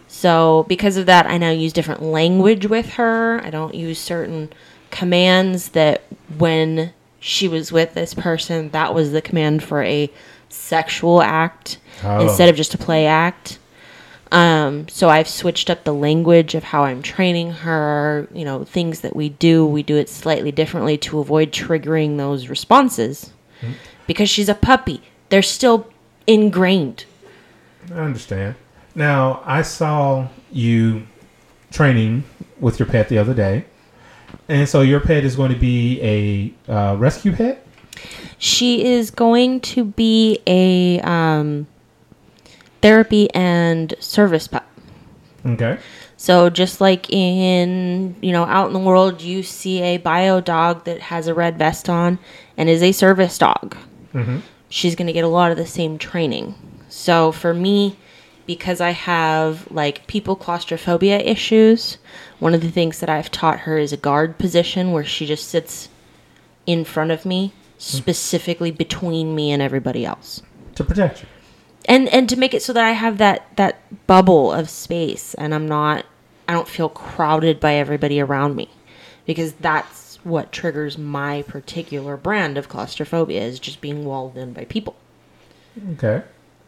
So because of that, I now use different language with her. I don't use certain commands that when she was with this person, that was the command for a sexual act Oh. instead of just a play act. Um, so I've switched up the language of how I'm training her. You know, things that we do, we do it slightly differently to avoid triggering those responses because she's a puppy. They're still ingrained. I understand. Now, I saw you training with your pet the other day, and so your pet is going to be a uh, rescue pet. She is going to be a um, therapy and service pup. Okay. So just like in you know out in the world, you see a bio dog that has a red vest on and is a service dog. She's going to get a lot of the same training. So for me, because I have like people claustrophobia issues, one of the things that I've taught her is a guard position where she just sits in front of me, specifically between me and everybody else To protect you. and and to make it so that I have that that bubble of space and I'm not I don't feel crowded by everybody around me because that's what triggers my particular brand of claustrophobia is just being walled in by people. Okay.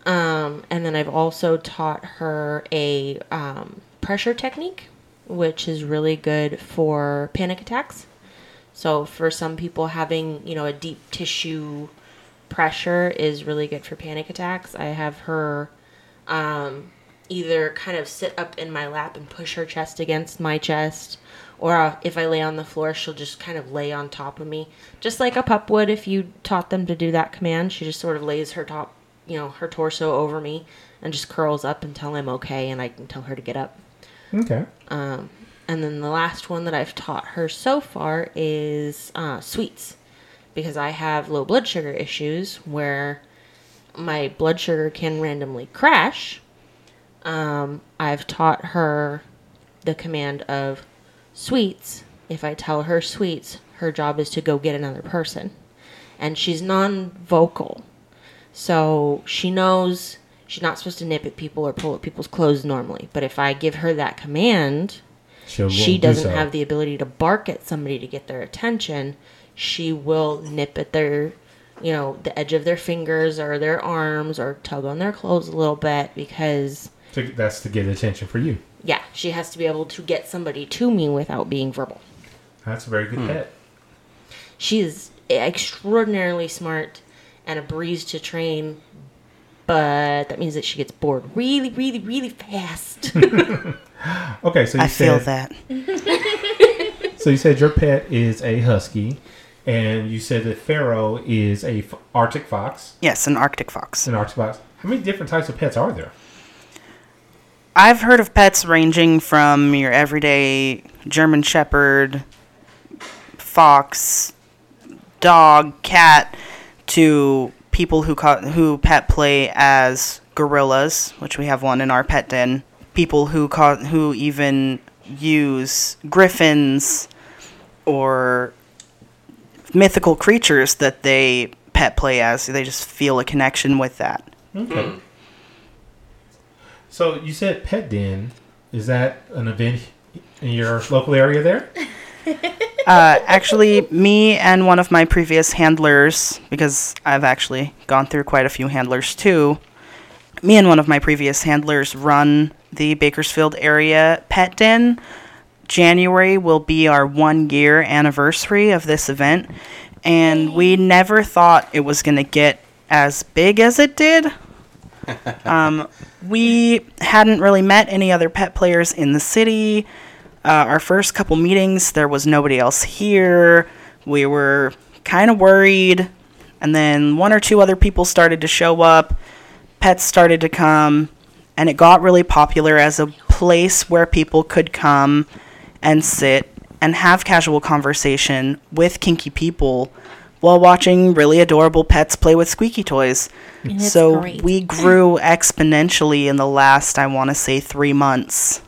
Um, and then I've also taught her a um, pressure technique, which is really good for panic attacks. So for some people, having you know a deep tissue pressure is really good for panic attacks. I have her um, either kind of sit up in my lap and push her chest against my chest, or uh, if I lay on the floor, she'll just kind of lay on top of me, just like a pup would if you taught them to do that command. She just sort of lays her top, you know, her torso over me and just curls up until I'm okay and I can tell her to get up. Okay. Um, and then the last one that I've taught her so far is uh, sweets, because I have low blood sugar issues where my blood sugar can randomly crash. Um, I've taught her the command of sweets. If I tell her sweets, her job is to go get another person. And she's non vocal. So she knows she's not supposed to nip at people or pull at people's clothes normally. But if I give her that command, She'll she won't do doesn't so. have the ability to bark at somebody to get their attention. She will nip at their, you know, the edge of their fingers or their arms or tug on their clothes a little bit because, To- that's to get attention for you. yeah, she has to be able to get somebody to me without being verbal. That's a very Hmm. good pet. She is extraordinarily smart and a breeze to train, but that means that she gets bored really, really, really fast. Okay, so you I said feel that. so you said your pet is a husky, and you said that Pharaoh is a f- Arctic fox. Yes, an Arctic fox. It's an Arctic fox. How many different types of pets are there? I've heard of pets ranging from your everyday German Shepherd, fox, dog, cat, to people who ca- who pet play as gorillas, which we have one in our pet den. People who ca- who even use griffins or mythical creatures that they pet play as. They just feel a connection with that. Okay. So you said pet den. Is that an event in your local area there? Uh, actually, me and one of my previous handlers, because I've actually gone through quite a few handlers too, me and one of my previous handlers run the Bakersfield area pet den. January will be our one year anniversary of this event, and we never thought it was going to get as big as it did. Um, we hadn't really met any other pet players in the city. Uh, our first couple meetings, there was nobody else here. We were kind of worried. And then one or two other people started to show up. Pets started to come. And it got really popular as a place where people could come and sit and have casual conversation with kinky people while watching really adorable pets play with squeaky toys. it's So great. we grew exponentially in the last, I want to say, three months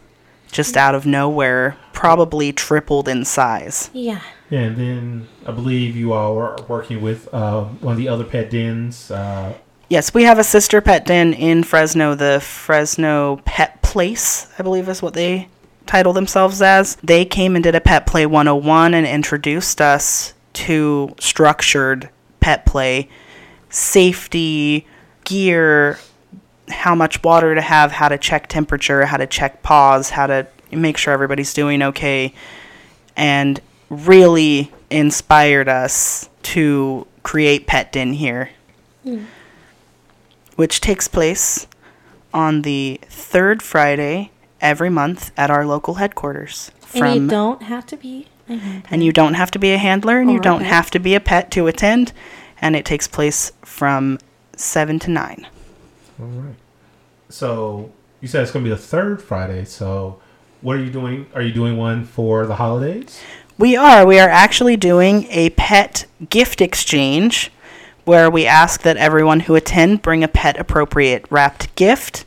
just out of nowhere, probably tripled in size. yeah. Yeah, and then I believe you all were working with uh, one of the other pet dens. Uh, Yes, we have a sister pet den in Fresno, the Fresno Pet Place, I believe is what they title themselves as. They came and did a Pet Play 101 and introduced us to structured pet play, safety, gear, how much water to have, how to check temperature, how to check paws, how to make sure everybody's doing okay, and really inspired us to create Pet Den here which takes place on the third Friday every month at our local headquarters. and you From- don't have to be. a hand. Oh, and you don't have to be a handler, and you Or a don't pet. have to be a pet to attend. And it takes place from seven to nine. all right. So you said it's going to be the third Friday. So what are you doing? Are you doing one for the holidays? We are. We are actually doing a pet gift exchange where we ask that everyone who attend bring a pet appropriate wrapped gift,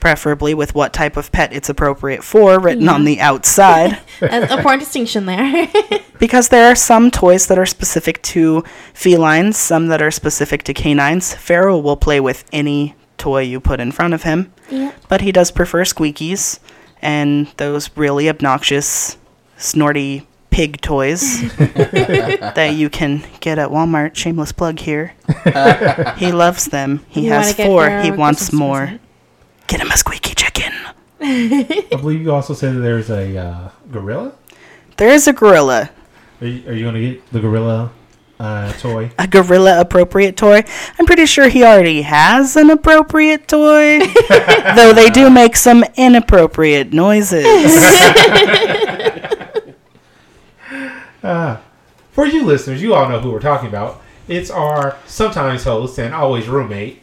preferably with what type of pet it's appropriate for written on the outside. An important distinction there. because there are some toys that are specific to felines, some that are specific to canines. Pharaoh will play with any toy you put in front of him, Yep. but he does prefer squeakies and those really obnoxious, snorty pig toys that you can get at Walmart. Shameless plug here. he loves them. He You has wanna get four. Pharaoh He a wants Christmas more. present? Get him a squeaky chicken. I believe you also said that there's a uh, gorilla. There is a gorilla. Are you, are you going to get the gorilla uh, toy. a gorilla appropriate toy. I'm pretty sure he already has an appropriate toy, though they do make some inappropriate noises. For you listeners, you all know who we're talking about. It's our sometimes host and always roommate,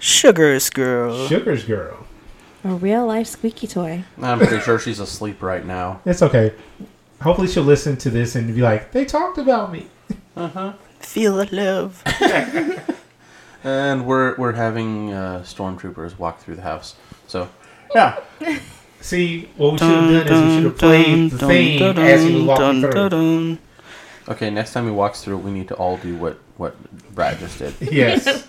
Sugar Squirrel. Sugar's Girl. A real life squeaky toy. I'm pretty sure she's asleep right now. It's okay. Hopefully, she'll listen to this and be like, "They talked about me." Feel the love. And we're we're having uh, stormtroopers walk through the house. So yeah, See, what we should have done is we should have played the theme as he was walking through. dun. okay. Next time he walks through, we need to all do what what Brad just did. Yes.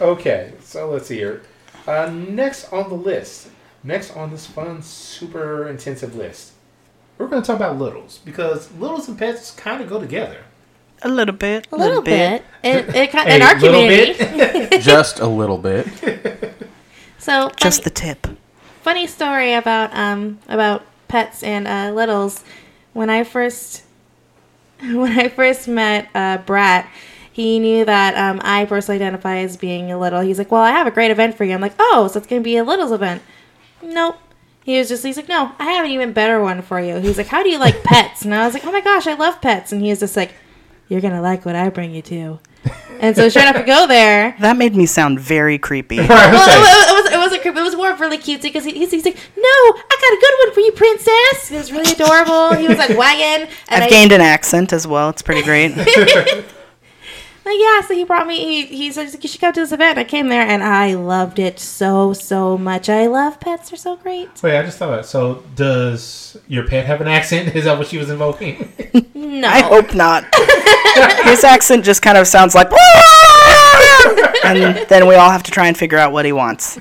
Okay, so let's see here. Uh, next on the list, next on this fun, super intensive list, we're going to talk about littles because littles and pets kind of go together. A little bit. A little bit. It, it, ki- in A our little community. bit. just a little bit. So um, Just funny- the tip. funny story about um about pets and uh, littles. When I first when I first met uh, Brat, he knew that um, I personally identify as being a little. He's like, "Well, I have a great event for you." I'm like, "Oh, so it's gonna be a littles event?" Nope. He was just he's like, "No, I have an even better one for you." He's like, "How do you like pets?" And I was like, "Oh my gosh, I love pets." And he was just like, "You're gonna like what I bring you to." And so sure enough, we go there. That made me sound very creepy. Well, it, was, it was a creep. It was more of really cutesy because he, he's, he's like, "No, I got a good one for you, princess." It was really adorable. He was like wagging, and I, I've gained an accent as well. It's pretty great. like, yeah. So he brought me. He, he said, he's like, "You should come to this event." I came there, and I loved it so so much. I love pets; they're so great. Wait, I just thought about it. So, does your pet have an accent? Is that what she was invoking? No, I hope not. His accent just kind of sounds like. and then we all have to try and figure out what he wants.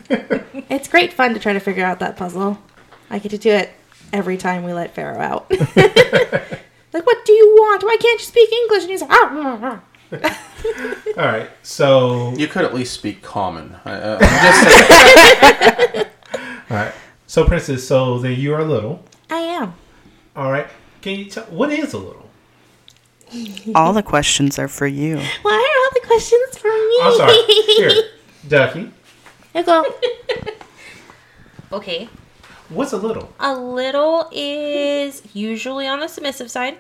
it's great fun to try to figure out that puzzle. I get to do it every time we let Pharaoh out. like, what do you want? Why can't you speak English? And he's like, "Ah, ah, ah." All right, so You could at least speak common. I, I, I'm just saying. all right, so princess, so then you are little. I am. All right, can you tell what is a little? All the questions are for you. Why are all the questions for me? I'm sorry, here, Ducky. You go. Okay. What's a little? A little is usually on the submissive side,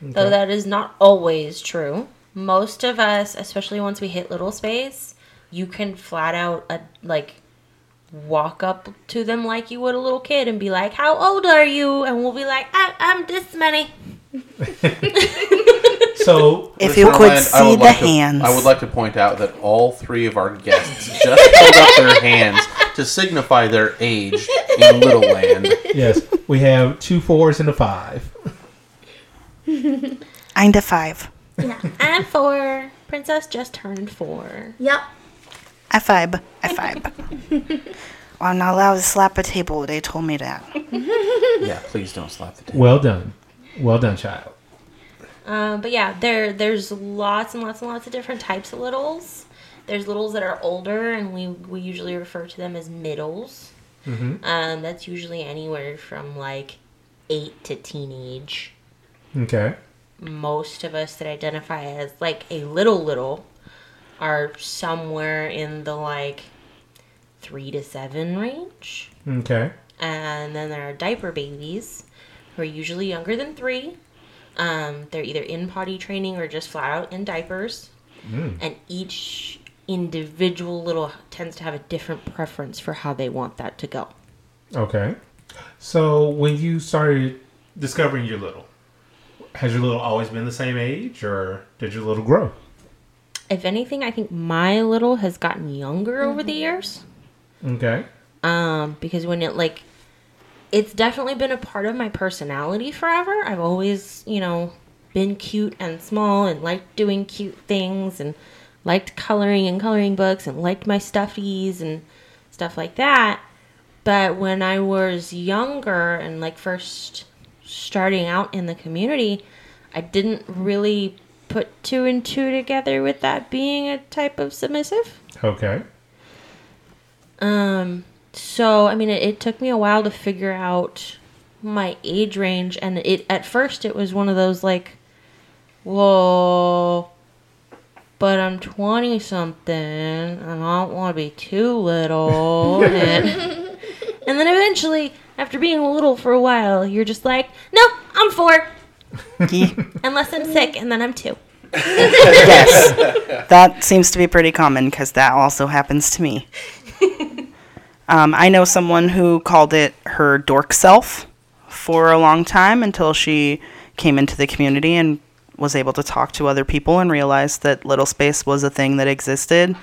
though that is not always true. Most of us, especially once we hit little space, you can flat out uh, like walk up to them like you would a little kid and be like, "How old are you?" And we'll be like, I- "I'm this many." So, If First you of all, could I'd- see I would the like to- hands. I would like to point out that all three of our guests just held up their hands to signify their age in Little Land. yes, we have two fours and a five. I'm to five. Yeah, I'm four. Princess just turned four. I five. I five. well, I'm not allowed to slap a table. They told me that. Yeah, please don't slap the table. Well done, well done, child. Um, but yeah, there there's lots and lots and lots of different types of littles. There's littles that are older, and we we usually refer to them as middles. Um, that's usually anywhere from like eight to teenage. Okay, Most of us that identify as like a little little are somewhere in the like three to seven range. okay, And then there are diaper babies who are usually younger than three. Um, they're either in potty training or just flat out in diapers. And each individual little tends to have a different preference for how they want that to go. okay. So, when you started discovering your little, has your little always been the same age, or did your little grow? If anything, I think my little has gotten younger over the years. Okay. um, because when it like it's definitely been a part of my personality forever i've always you know been cute and small and liked doing cute things and liked coloring and coloring books and liked my stuffies and stuff like that but when i was younger and like first starting out in the community i didn't really put two and two together with that being a type of submissive Okay. um, so I mean, it, it took me a while to figure out my age range, and it at first it was one of those like whoa, but I'm 20 something and I don't want to be too little. and, and then eventually, after being little for a while, you're just like, no, I'm four. Unless I'm sick and then I'm two. yes, that seems to be pretty common because that also happens to me. Um, I know someone who called it her dork self for a long time until she came into the community and was able to talk to other people and realized that little space was a thing that existed.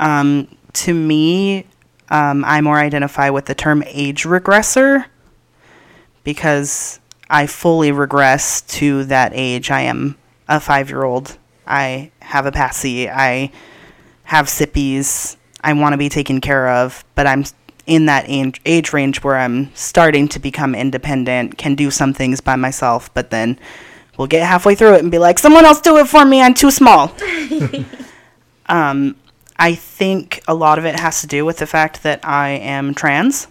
Um, to me, um, I more identify with the term age regressor because I fully regress to that age. I am a five year old. I have a passy. I have sippies. I want to be taken care of, but I'm in that age, age range where I'm starting to become independent, can do some things by myself, but then we'll get halfway through it and be like, someone else do it for me. I'm too small. um, I think a lot of it has to do with the fact that I am trans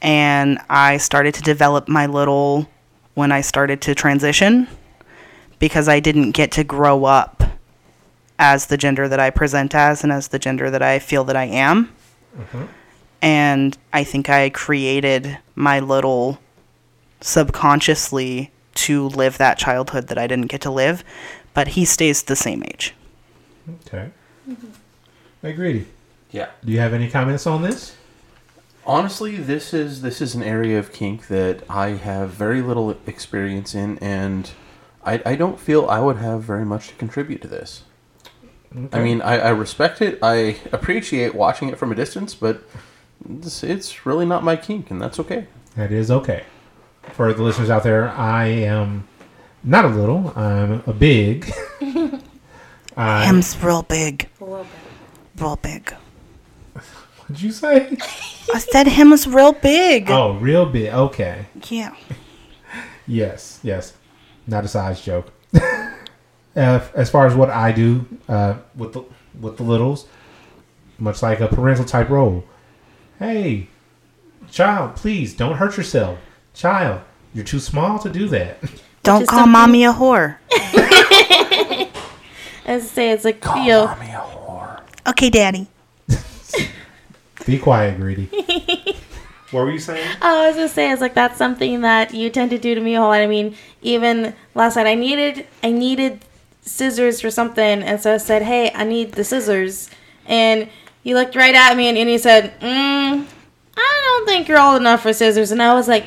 and I started to develop my little when I started to transition because I didn't get to grow up as the gender that I present as and as the gender that I feel that I am. And I think I created my little subconsciously to live that childhood that I didn't get to live, but he stays the same age. Okay. Mm-hmm. Hey, Greedy, Yeah. do you have any comments on this? Honestly, this is this is an area of kink that I have very little experience in, and I, I don't feel I would have very much to contribute to this. I mean, I, I respect it. I appreciate watching it from a distance, but it's, it's really not my kink, and that's okay. That is okay. For the listeners out there, I am not a little, I'm a big. I, Him's real big. Real big. what'd you say? I said him is real big. Oh, real big. Okay. Yeah. Yes, yes. Not a size joke. uh, as far as what I do uh, with the with the littles, much like a parental type role. Hey, child, please don't hurt yourself. Child, you're too small to do that. Don't is call something- mommy a whore. As I say, it's like you know, Mommy a whore. Okay, daddy. Be quiet, greedy. what were you saying? Oh, I was gonna say, it's like that's something that you tend to do to me a whole lot. I mean, even last night, I needed I needed scissors for something, and so I said, "Hey, I need the scissors," and he looked right at me, and, and he said, mm, "I don't think you're old enough for scissors," and I was like,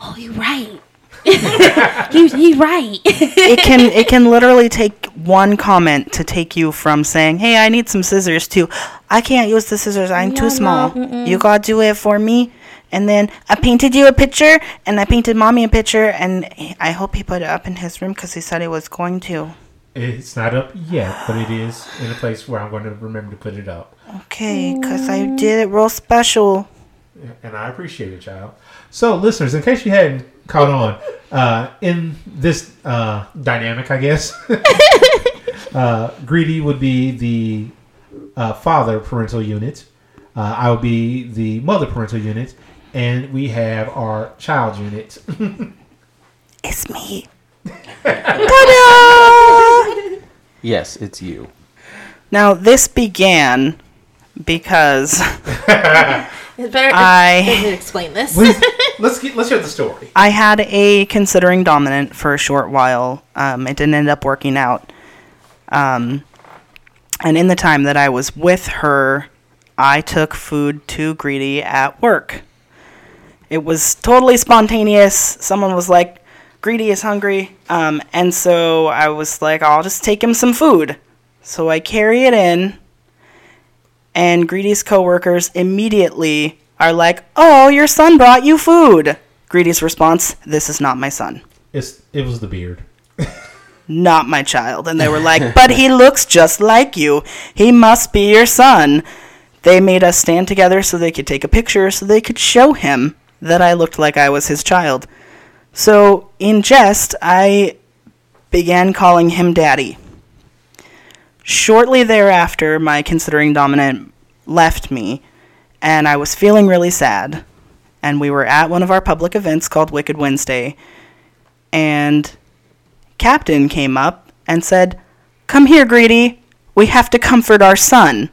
"Oh, you're right. you you right." It can it can literally take one comment to take you from saying, "Hey, I need some scissors," to "I can't use the scissors. I'm too small. you gotta do it for me." And then I painted you a picture, and I painted mommy a picture, and I hope he put it up in his room because he said he was going to. It's not up yet, but it is in a place where I'm going to remember to put it up. Okay, because I did it real special. and I appreciate it, child. So, listeners, in case you hadn't caught on, uh, in this uh, dynamic, I guess, uh, Greedy would be the uh, father parental unit. Uh, I would be the mother parental unit, and we have our child unit. It's me. Yes, it's you. Now this began because It's better I. I explain this. Please, let's get, let's hear the story. I had a considering dominant for a short while. Um, it didn't end up working out. Um, and in the time that I was with her, I took food to Greedy at work. It was totally spontaneous. Someone was like, Greedy is hungry. Um, and so I was like, I'll just take him some food. So I carry it in, and Greedy's coworkers immediately are like, "Oh, your son brought you food." Greedy's response, "This is not my son, It's it was the beard. not my child." And they were like, "But he looks just like you. He must be your son." They made us stand together so they could take a picture so they could show him that I looked like I was his child. So, in jest, I began calling him daddy. Shortly thereafter, my considering dominant left me, and I was feeling really sad. And we were at one of our public events called Wicked Wednesday, and captain came up and said, Come here, Greedy. We have to comfort our son.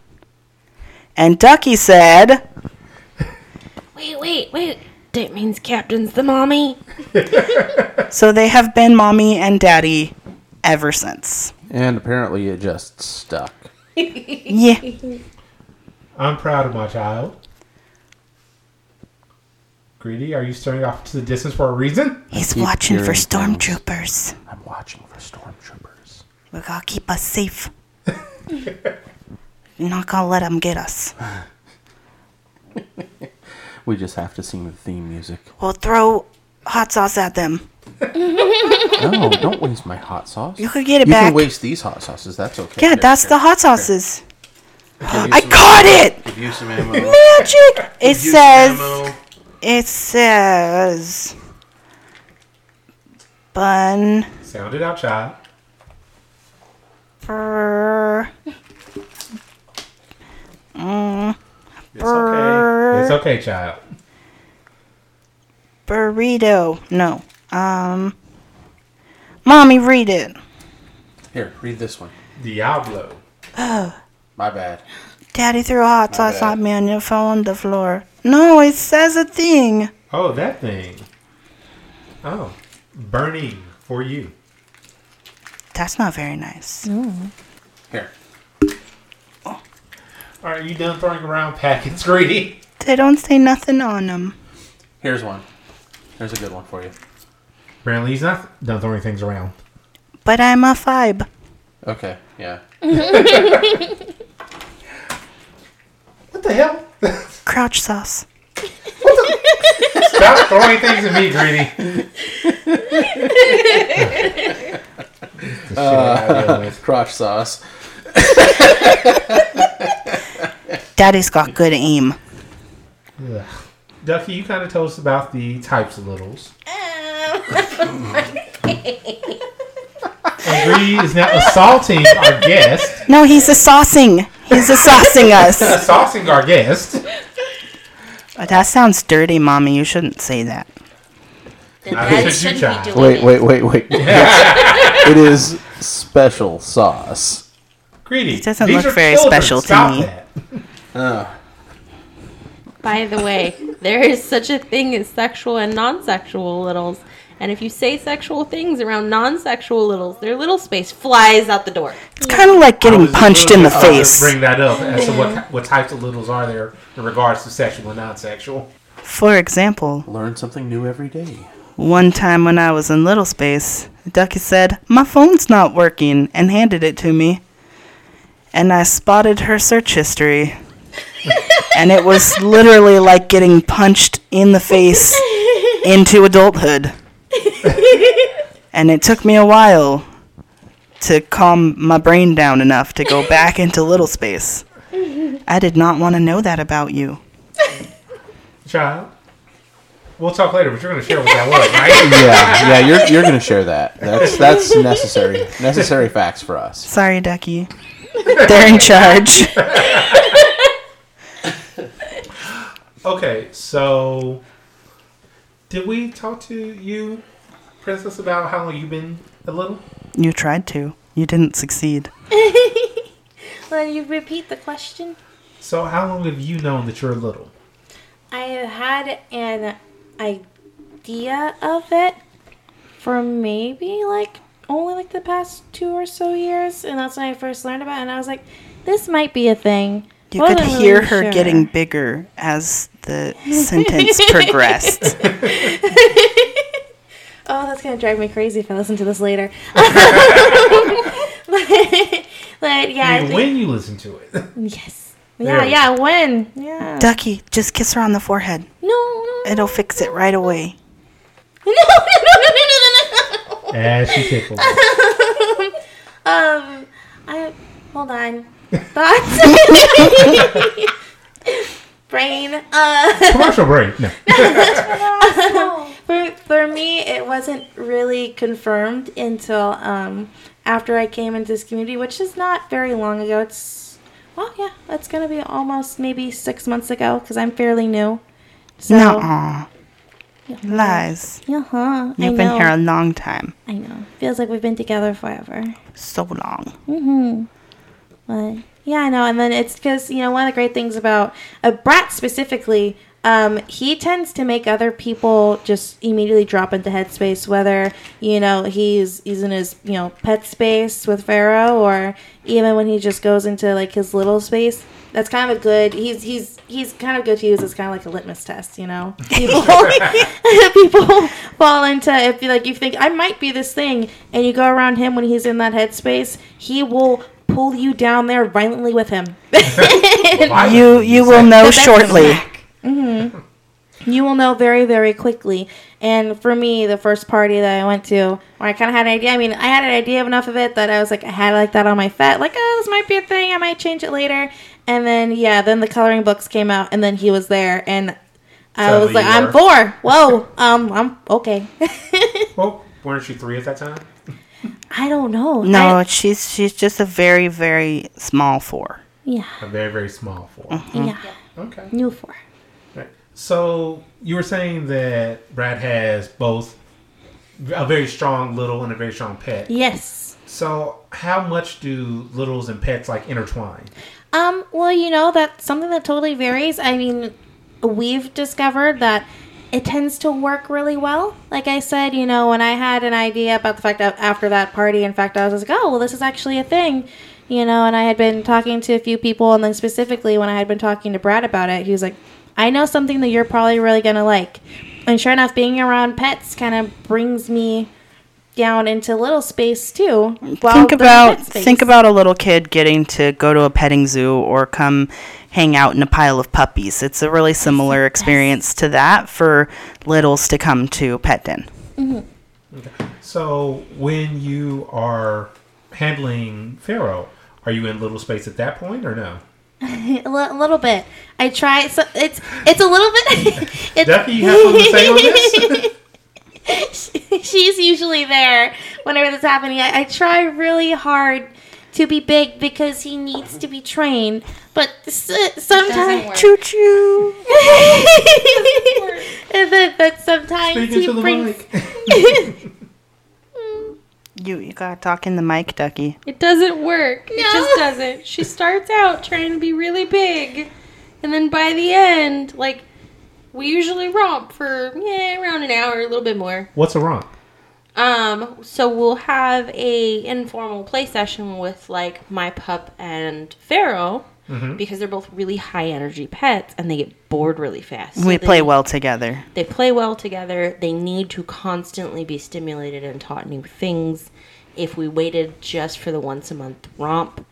And Ducky said, Wait, wait, wait. That means Captain's the mommy. So they have been mommy and daddy ever since. And apparently it just stuck. Yeah. I'm proud of my child. Greedy, are you staring off to the distance for a reason? He's keep watching for hearing things. stormtroopers. I'm watching for stormtroopers. We're gonna keep us safe. You're not gonna let him get us. We just have to sing the theme music. We'll throw hot sauce at them. No, don't waste my hot sauce. You could get it You back. can waste these hot sauces. That's okay. Yeah, Here, that's here. the hot sauces. Give you I some- caught it! Give you some ammo. Give Magic! It you some says. ammo. It says. Bun. Sound it out, child. Brr. It's okay. It's okay, child. Burrito. No. Um. Mommy, read it. Here, read this one. Diablo. My bad. Daddy threw hot sauce bad. at me and it fell on the floor. No, it says a thing. Oh, that thing. Oh, burning for you. That's not very nice. Here. Are you done throwing around packets, Greedy? They don't say nothing on them. Here's one. Here's a good one for you. Apparently, he's not done throwing things around. But I'm a fibe. Okay, yeah. What the hell? Crouch sauce. Stop throwing things at me, Greedy. Get the shit out of here with. Crotch sauce. Daddy's got good aim. Ugh. Ducky, you kind of told us about the types of littles. and Greedy is now assaulting our guest, No, he's a saucing. He's a saucing us. assaulting our guest. Oh, That sounds dirty, Mommy. You shouldn't say that. Then I Daddy think you shouldn't child. be doing Wait, it. wait, wait, wait. it is special sauce. Greedy. It doesn't these look are very children. special to Stop me. That. By the way, there is such a thing as sexual and non sexual littles. And if you say sexual things around non sexual littles, their little space flies out the door. It's kind of like getting was punched in the literally about to face. uh, Bring that up as to what what types of littles are there in regards to sexual and non-sexual. For example, Learn something new every day. One time when I was in Little Space, Ducky said, My phone's not working, and handed it to me. And I spotted her search history. and it was literally like getting punched in the face into adulthood. and it took me a while to calm my brain down enough to go back into Little Space. I did not want to know that about you. Child, we'll talk later, but you're going to share what that was, right? Yeah, yeah, you're, you're gonna share that. That's that's necessary necessary facts for us. Sorry, Ducky. They're in charge. Okay, so did we talk to you, Princess, about how long you've been a little? You tried to. You didn't succeed. Will you repeat the question? So how long have you known that you're little? I had an idea of it for maybe like only like the past two or so years, and that's when I first learned about it. And I was like, this might be a thing. You Wasn't could hear really her sure. getting bigger as the sentence progressed. Oh, that's gonna drive me crazy if I listen to this later. but, but yeah, I And think- when you listen to it. yes, There yeah, we yeah, when, yeah. Ducky, just kiss her on the forehead. No, no, no, It'll fix it right away. no, no, no, no, no, no, no. As she tickled. Um, I hold on. Thoughts. Brain. Uh, Commercial break. No. for for me, it wasn't really confirmed until um after I came into this community, which is not very long ago. It's well, yeah, it's gonna be almost maybe six months ago because I'm fairly new. So No. Lies. Uh huh. I You've been know. here a long time. I know. Feels like we've been together forever. So long. Mm-hmm. But yeah, I know. And then it's because you know one of the great things about a brat specifically, um, he tends to make other people just immediately drop into headspace. Whether you know he's he's in his you know pet space with Pharaoh, or even when he just goes into like his little space. That's kind of a good. He's he's he's kind of good to use as kind of like a litmus test, you know. People people fall into if you like you think I might be this thing, and you go around him when he's in that headspace, he will pull you down there violently with him. You you will know shortly. You will know very, very quickly. And for me, the first party that I went to, where I kind of had an idea, I mean, I had an idea of enough of it that I was like, I had like that on my fat, like, oh, this might be a thing. I might change it later. And then, yeah, then the coloring books came out, and then he was there. And I Suddenly was like, Oh, you I'm were. four. Whoa. Um, I'm okay. Well, weren't you three at that time? I don't know. No, I- she's she's just a very very small four. yeah. A very, very small 4 Mm-hmm. Yeah. Okay. New four. Right. So you were saying that Brad has both a very strong little and a very strong pet. Yes. So how much do littles and pets like intertwine? Um, well, you know, that's something that totally varies. I mean, we've discovered that it tends to work really well. Like I said, you know, when I had an idea about the fact that after that party, in fact, I was just like, oh, well, this is actually a thing, you know, and I had been talking to a few people, and then specifically when I had been talking to Brad about it, he was like, I know something that you're probably really going to like. And sure enough, being around pets kind of brings me down into little space too. while think the about pet space. think about a little kid getting to go to a petting zoo or come hang out in a pile of puppies. It's a really similar experience to that for littles to come to pet den. So when you are handling Pharaoh, are you in little space at that point or no? A li- a little bit. I try. So it's it's a little bit. it's, Duffy, you have something to say on She- She's usually there whenever this happening. I, I try really hard to be big because he needs to be trained. But s- doesn't work. sometimes, Choo choo. and then, but sometimes Speaking he to the brings. mic. You you gotta talk in the mic, Ducky. It doesn't work. It No. just doesn't. She starts out trying to be really big, and then by the end, like, we usually romp for yeah, around an hour, a little bit more. What's a romp? Um, so we'll have a informal play session with like my pup and Pharaoh because they're both really high energy pets and they get bored really fast. So we they- play well together. They play well together. They need to constantly be stimulated and taught new things. If we waited just for the once a month romp,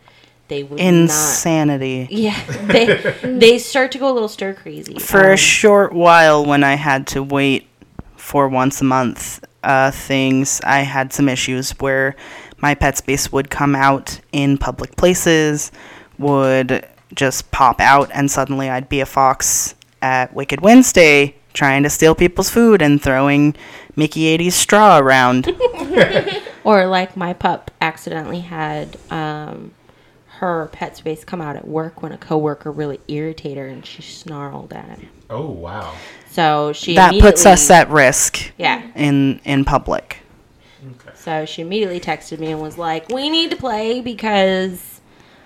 they would not. Insanity. Yeah, they they start to go a little stir crazy. For a Um, short while, when I had to wait for once a month uh, things, I had some issues where my pet space would come out in public places, would just pop out, and suddenly I'd be a fox at Wicked Wednesday trying to steal people's food and throwing Mickey 80's straw around. Or like my pup accidentally had um, her pet space come out at work when a coworker really irritated her and she snarled at him. Oh wow. So she that puts us immediately- at risk yeah. in, in public. So she immediately texted me and was like, "We need to play because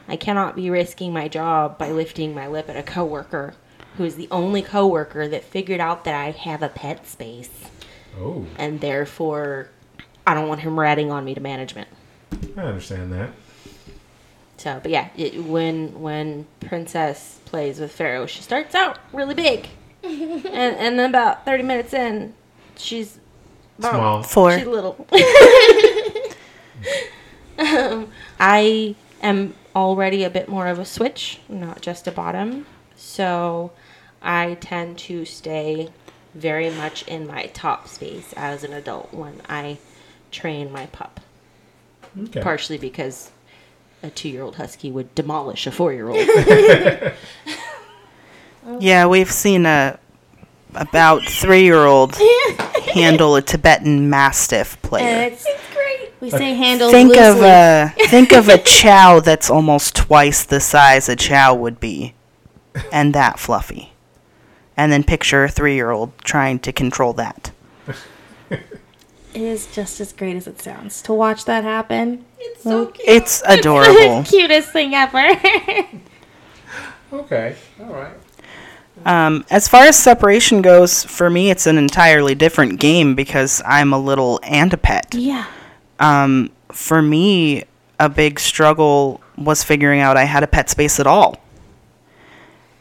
I cannot be risking my job by lifting my lip at a coworker who is the only coworker that figured out that I have a pet space Oh, and therefore I don't want him ratting on me to management." I understand that. So, but yeah, it, when when Princess plays with Pharaoh, she starts out really big, and and then about thirty minutes in, she's about- Oh, Small. Four. She's little. um, I am already a bit more of a switch, not just a bottom. So, I tend to stay very much in my top space as an adult when I train my pup Okay. partially because a two-year-old husky would demolish a four-year-old. Yeah, we've seen a about three year old handle a Tibetan Mastiff player. It's, great. We say handle think of loosely. a think of a Chow that's almost twice the size a Chow would be, and that fluffy, and then picture a three year old trying to control that. It is just as great as it sounds. To watch that happen, it's so cute. It's adorable. the cutest thing ever. Okay. All right. Um, as far as separation goes, for me, it's an entirely different game because I'm a little and a pet. Yeah. Um, for me, a big struggle was figuring out I had a pet space at all.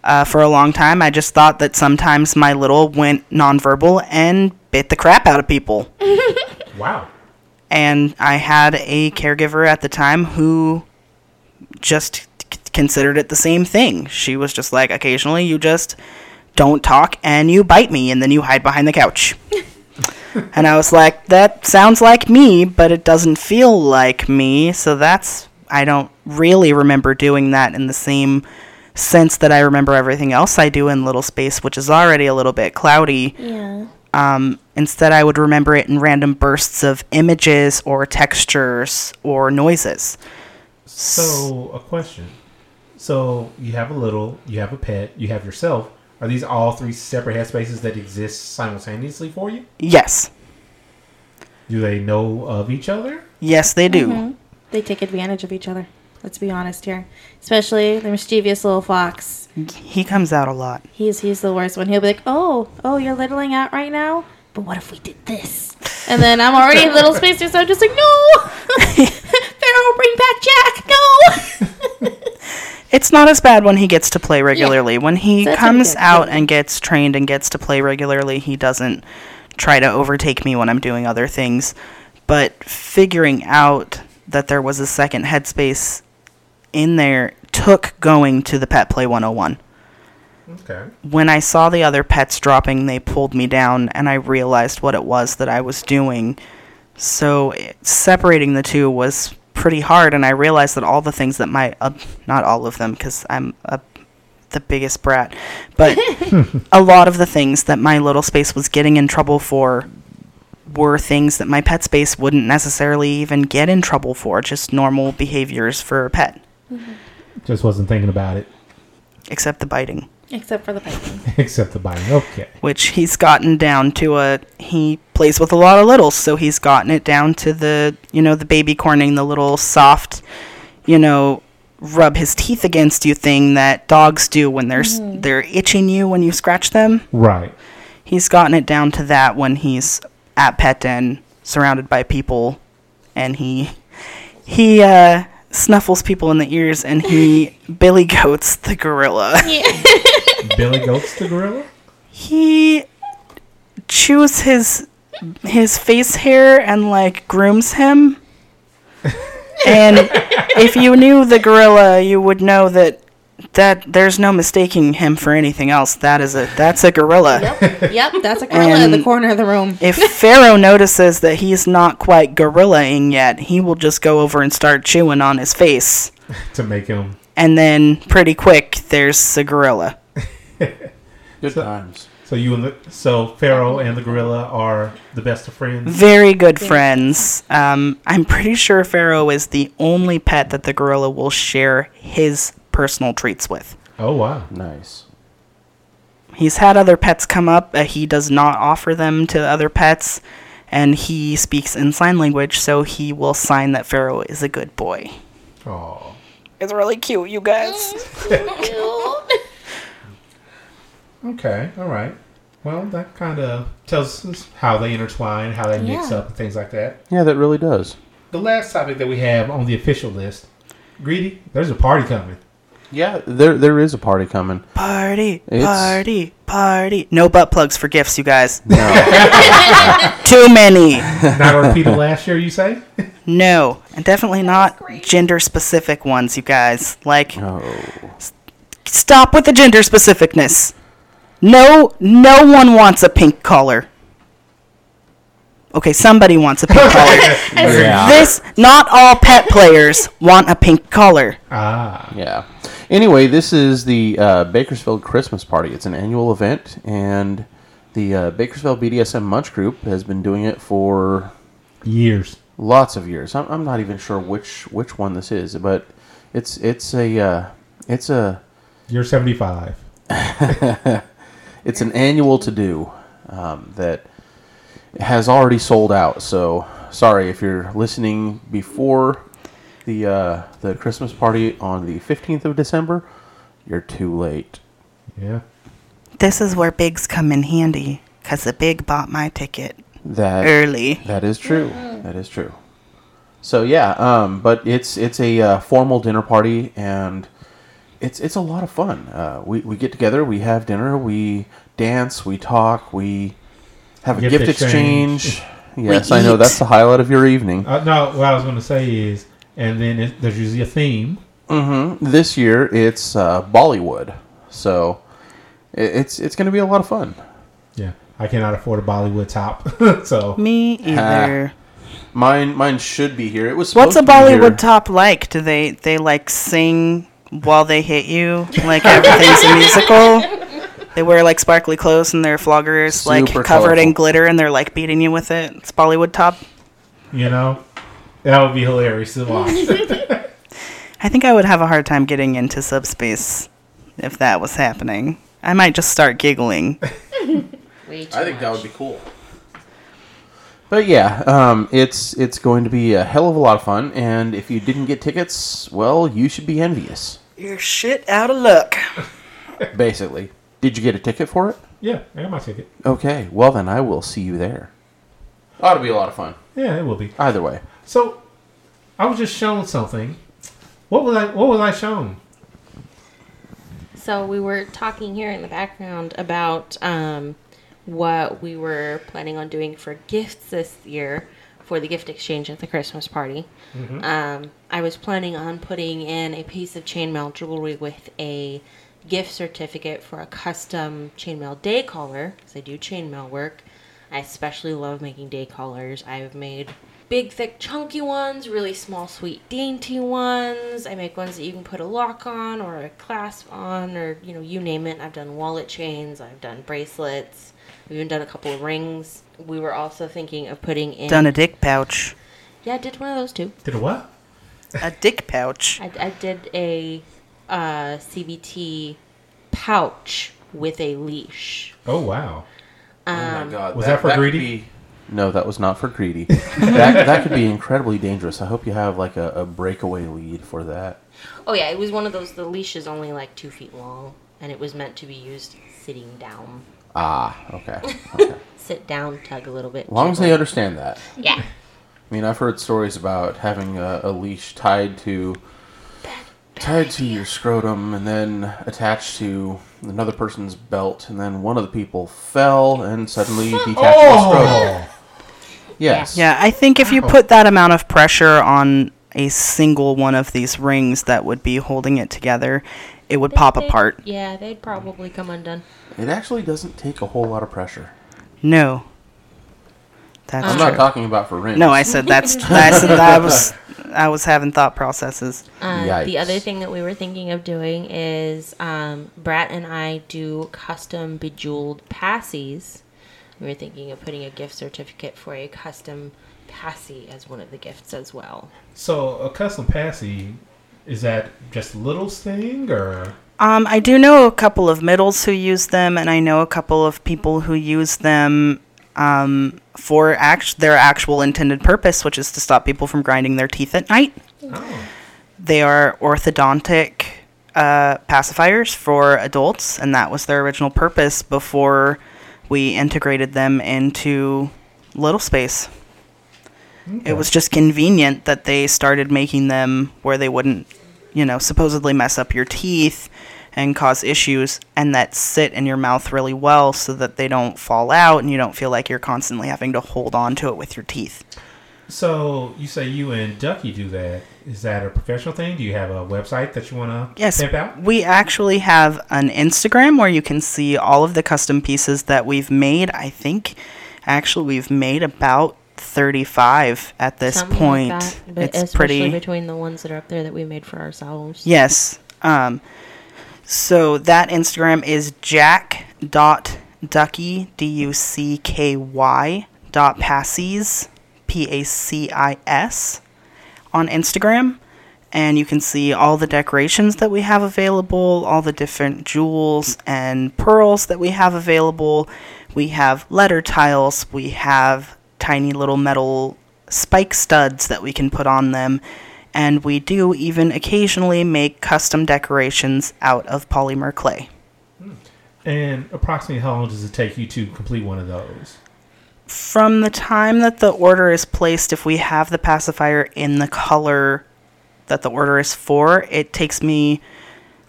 Uh, for a long time, I just thought that sometimes my little went nonverbal and bit the crap out of people. Wow. And I had a caregiver at the time who just c- considered it the same thing. She was just like, occasionally you just don't talk and you bite me and then you hide behind the couch. and I was like, that sounds like me, but it doesn't feel like me. So that's, I don't really remember doing that in the same sense that I remember everything else I do in Little Space, which is already a little bit cloudy. Yeah. Um, instead, I would remember it in random bursts of images or textures or noises. So, a question. So, you have a little, you have a pet, you have yourself. Are these all three separate headspaces that exist simultaneously for you? Yes. Do they know of each other? Yes, they do. Mhm. They take advantage of each other. Let's be honest here. Especially the mischievous little fox. He comes out a lot. He's he's the worst one. He'll be like, "Oh, oh, you're littling out right now. But what if we did this?" And then I'm already in little space, so I'm just like, "No, Pharaoh, bring back Jack. No." It's not as bad when he gets to play regularly. When he That's pretty comes good, out and gets trained and gets to play regularly, he doesn't try to overtake me when I'm doing other things. But figuring out that there was a second headspace in there took going to the Pet Play 101. Okay. When I saw the other pets dropping, they pulled me down and I realized what it was that I was doing. So it, separating the two was pretty hard and I realized that all the things that my uh, not all of them cuz I'm a the biggest brat, but a lot of the things that my little space was getting in trouble for were things that my pet space wouldn't necessarily even get in trouble for, just normal behaviors for a pet, Just wasn't thinking about it. except the biting. Except for the python. Except the biting. Okay. which he's gotten down to a he plays with a lot of littles so he's gotten it down to the you know the baby corning the little soft you know rub his teeth against you thing that dogs do when they're s Mhm. they're itching you when you scratch them Right. he's gotten it down to that when he's at pet den surrounded by people and he he uh snuffles people in the ears and he billy goats the gorilla Billy Goat's the gorilla? he chews his his face hair and like grooms him. and if you knew the gorilla, you would know that that there's no mistaking him for anything else. That is a that's a gorilla. yep, that's a gorilla in the And- corner of the room. If Pharaoh notices that he's not quite gorillaing yet, he will just go over and start chewing on his face. To make him. And then pretty quick, there's a gorilla. Good times. So, you and the, so Pharaoh and the gorilla are the best of friends? Very good friends. Um, I'm pretty sure Pharaoh is the only pet that the gorilla will share his personal treats with. Oh, wow. Nice. He's had other pets come up, but he does not offer them to other pets, and he speaks in sign language, so he will sign that Pharaoh is a good boy. Oh. It's really cute, you guys. Okay. All right. Well, that kind of tells us how they intertwine, how they mix Yeah. up, and things like that. Yeah, that really does. The last topic that we have on the official list, greedy. There's a party coming. Yeah, there there is a party coming. Party, It's- party, party. No butt plugs for gifts, you guys. Too many. Not a repeat of last year, you say? No, and definitely not gender specific ones, you guys. Like, Oh. s- stop with the gender specificness. No, no one wants a pink collar. Okay, somebody wants a pink collar. Yeah. This, not all pet players want a pink collar. Ah. Yeah. Anyway, this is the uh, Bakersfield Christmas Party. It's an annual event, and the uh, Bakersfield BDSM Munch Group has been doing it for Years. lots of years. I'm, I'm not even sure which which one this is, but it's it's a uh, it's a You're 75. it's an annual to do um, that has already sold out. So sorry if you're listening before the uh, the Christmas party on the 15th of December, you're too late. Yeah. This is where bigs come in handy because the big bought my ticket. That Early. That is true. Mm-hmm. That is true. So yeah, um, but it's it's a uh, formal dinner party and it's it's a lot of fun. Uh, we we get together, we have dinner, we dance, we talk, we have a Gift gift, exchange. exchange. We Yes, I know eat. that's the highlight of your evening. Uh, no, what I was going to say is, and then it, there's usually a theme. hmm This year it's uh, Bollywood, so i- it's it's going to be a lot of fun. Yeah, I cannot afford a Bollywood top, so me either. mine mine should be here. It was What's a supposed to be here. Bollywood top like? Do they they like sing while they hit you? Like everything's a musical. They wear like sparkly clothes and their floggers like Super covered in glitter and they're like beating you with it. It's Bollywood top. you know that would be hilarious to watch. I think I would have a hard time getting into subspace if that was happening. I might just start giggling. Way too I think that would be cool. But yeah, um, it's it's going to be a hell of a lot of fun, and if you didn't get tickets, well, you should be envious. You're shit out of luck. Basically, did you get a ticket for it? yeah, I got my ticket. Okay, well then I will see you there. Ought to be a lot of fun. Yeah, it will be. Either way, So I was just shown something. What was I? What was I shown? So we were talking here in the background about um, what we were planning on doing for gifts this year for the gift exchange at the Christmas party. Mhm. Um, I was planning on putting in a piece of chainmail jewelry with a gift certificate for a custom chainmail day collar because I do chainmail work. I especially love making day collars. I've made big, thick, chunky ones, really small, sweet, dainty ones. I make ones that you can put a lock on or a clasp on, or you know, you name it. I've done wallet chains, I've done bracelets, I've even done a couple of rings. We were also thinking of putting in Done a dick pouch. Yeah, I did one of those too. Did a what? A dick pouch. I, I did a uh, CBT pouch with a leash. Oh wow! Oh Um, Was that, for greedy? no, that was not for greedy. that that could be incredibly dangerous. I hope you have like a, a breakaway lead for that. Oh yeah, it was one of those. The leash is only like two feet long, and it was meant to be used sitting down. Ah, okay. Sit down, tug a little bit. As long as they gently. understand that. Yeah. I mean, I've heard stories about having a, a leash tied to tied to your scrotum and then attached to another person's belt, and then one of the people fell and suddenly detached the scrotum. Yes. Yeah, I think if you put that amount of pressure on a single one of these rings that would be holding it together, it would pop They'd- apart. Yeah, they'd probably come undone. It actually doesn't take a whole lot of pressure. No. That's I'm true. not talking about for rings. No, I said that's I said that I was I was having thought processes. Uh, the other thing that we were thinking of doing is um, Brat and I do custom bejeweled passies. We were thinking of putting a gift certificate for a custom passy as one of the gifts as well. So a custom passy is that just little thing or Um, I do know a couple of middles who use them, and I know a couple of people who use them um, for act- their actual intended purpose, which is to stop people from grinding their teeth at night. They are orthodontic uh, pacifiers for adults, and that was their original purpose before we integrated them into Little Space. It was just convenient that they started making them where they wouldn't, you know, supposedly mess up your teeth and cause issues and that sit in your mouth really well so that they don't fall out and you don't feel like you're constantly having to hold on to it with your teeth. so you say you and Ducky do that. Is that a professional thing? Do you have a website that you wanna Yes. pimp out? We actually have an Instagram where you can see all of the custom pieces that we've made. I think actually we've made about 35 at this Something like point. that, but it's especially pretty between the ones that are up there that we made for ourselves. Yes. Um, so that Instagram is jack.ducky, D U C K Y, dot passies, P A C I S, on Instagram. and you can see all the decorations that we have available, all the different jewels and pearls that we have available. We have letter tiles, we have tiny little metal spike studs that we can put on them, and we do even occasionally make custom decorations out of polymer clay. And approximately how long does it take you to complete one of those? From the time that the order is placed, if we have the pacifier in the color that the order is for, it takes me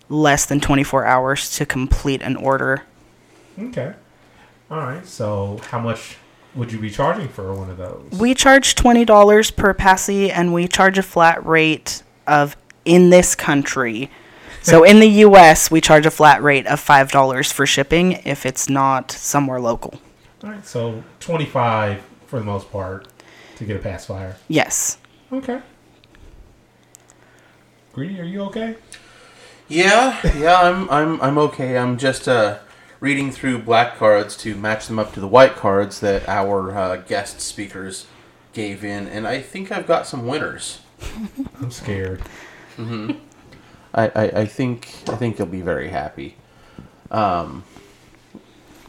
less than 24 hours to complete an order. Okay. All right. So how much would you be charging for one of those? We charge $20 per passy and we charge a flat rate of in this country. So in the US, we charge a flat rate of $5 for shipping if it's not somewhere local. All right. So 25 for the most part to get a pacifier. Yes. Okay. Greedy, are you okay? Yeah, yeah, I'm I'm I'm okay. I'm just uh, reading through black cards to match them up to the white cards that our uh, guest speakers gave in, and I think I've got some winners. I'm scared. hmm I, I I think I think you'll be very happy. Um,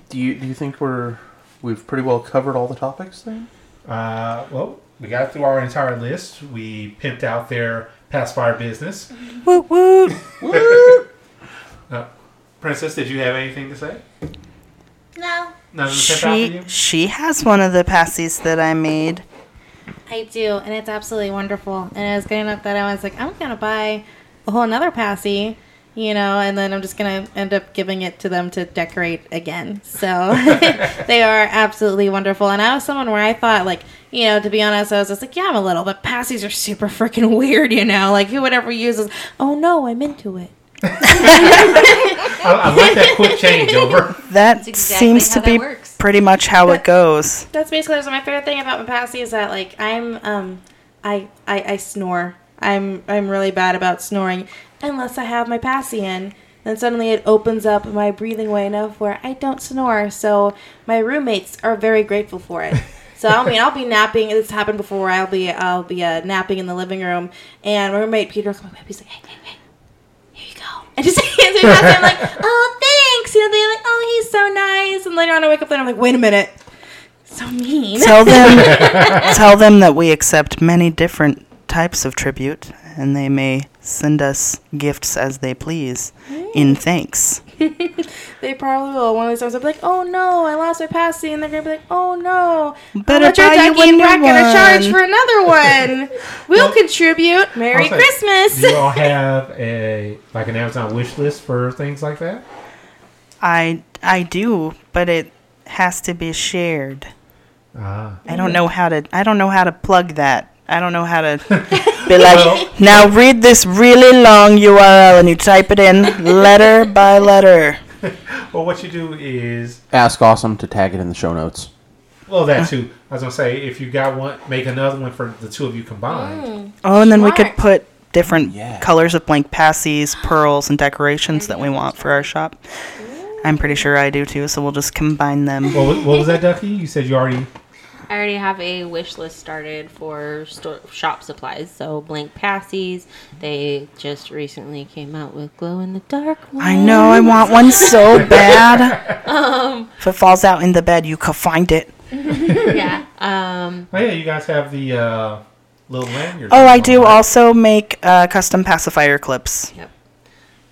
do you do you think we're we've pretty well covered all the topics then? Uh, well, we got through our entire list. We pimped out their pacifier business. Woot woot. Uh, Princess, did you have anything to say? No. None of the pimp out for She you? she has one of the passies that I made. I do, and it's absolutely wonderful. And it was good enough that I was like, I'm gonna buy a whole another passy, you know, and then I'm just gonna end up giving it to them to decorate again. So they are absolutely wonderful. And I was someone where I thought, like, you know, to be honest, I was just like, yeah, I'm a little, but passies are super freaking weird, you know. Like, who would ever use this? Oh no, I'm into it. I, I like that quick changeover. That exactly seems how to that be works. pretty much how it goes. That's basically that's my favorite thing about my passy is that like I'm um I, I I snore. I'm I'm really bad about snoring unless I have my passy in. Then suddenly it opens up my breathing way enough where I don't snore. So my roommates are very grateful for it. So I mean I'll be napping. This happened before. I'll be I'll be uh, napping in the living room, and my roommate Peter comes up. He's like, hey hey hey, here you go. And just hands me my passy. I'm like, oh thanks. You know they're like, oh he's so nice. And later on I wake up and I'm like, wait a minute. So mean. Tell them tell them that we accept many different types of tribute and they may send us gifts as they please in thanks. They probably will. One of these times, I'll be like, "Oh no, I lost my passy," and they're gonna be like, "Oh no, Better But your buy you ducky a and new Brett gonna charge one." for another one. We'll contribute. Merry Also, Christmas." Do you all have a like an Amazon wish list for things like that? I I do, but it has to be shared. Ah. I don't know how to I don't know how to plug that. I don't know how to be like now read this really long URL and you type it in letter by letter. Well, what you do is Ask awesome to tag it in the show notes. well Uh. that too. I was gonna say if you got one, make another one for the two of you combined. Oh, and then we could put different colors of blank passies, pearls, and decorations that we want for our shop. I'm pretty sure I do too, so we'll just combine them. What, wa- what was that, Ducky? You said you already. I already have a wish list started for store, shop supplies. So blank passies. They just recently came out with glow in the dark. I know I want one so bad. Um, If it falls out in the bed, you can find it. yeah. Um, Oh yeah, you guys have the uh, little lanyard. Oh, I do also make uh, custom pacifier clips. Yep.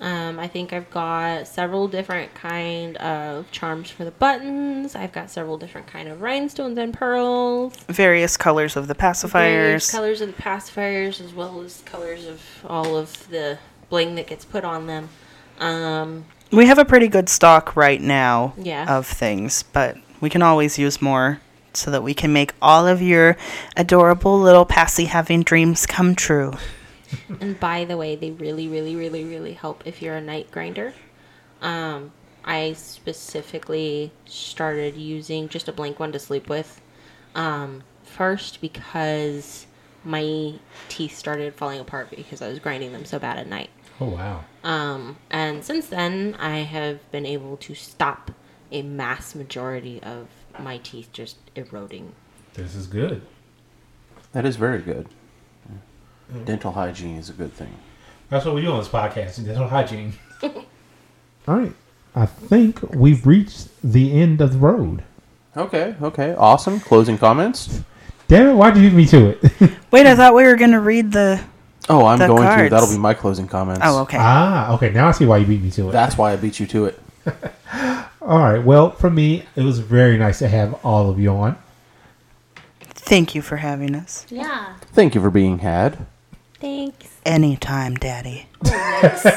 Um, I think I've got several different kind of charms for the buttons. I've got several different kind of rhinestones and pearls. Various colors of the various pacifiers. colors of the pacifiers, as well as colors of all of the bling that gets put on them. Um, we have a pretty good stock right now Yeah. of things, but we can always use more so that we can make all of your adorable little passy having dreams come true. and by the way, they really, really, really, really help if you're a night grinder. Um, I specifically started using just a blank one to sleep with um, first because my teeth started falling apart because I was grinding them so bad at night. Oh wow. Um, and since then, I have been able to stop a mass majority of my teeth just eroding. This is good. That is very good. Dental hygiene is a good thing. That's what we do on this podcast. Dental hygiene. All right. I think we've reached the end of the road. Okay, okay, awesome. Closing comments. Damn it! Why did you beat me to it? Wait, I thought we were gonna read the. Oh, I'm the going to. cards. That'll be my closing comments. Oh, okay. Ah, okay. Now I see why you beat me to it. That's why I beat you to it. All right. Well, for me, it was very nice to have all of you on. Thank you for having us. Yeah. Thank you for being had. Thanks. Anytime, Daddy. That's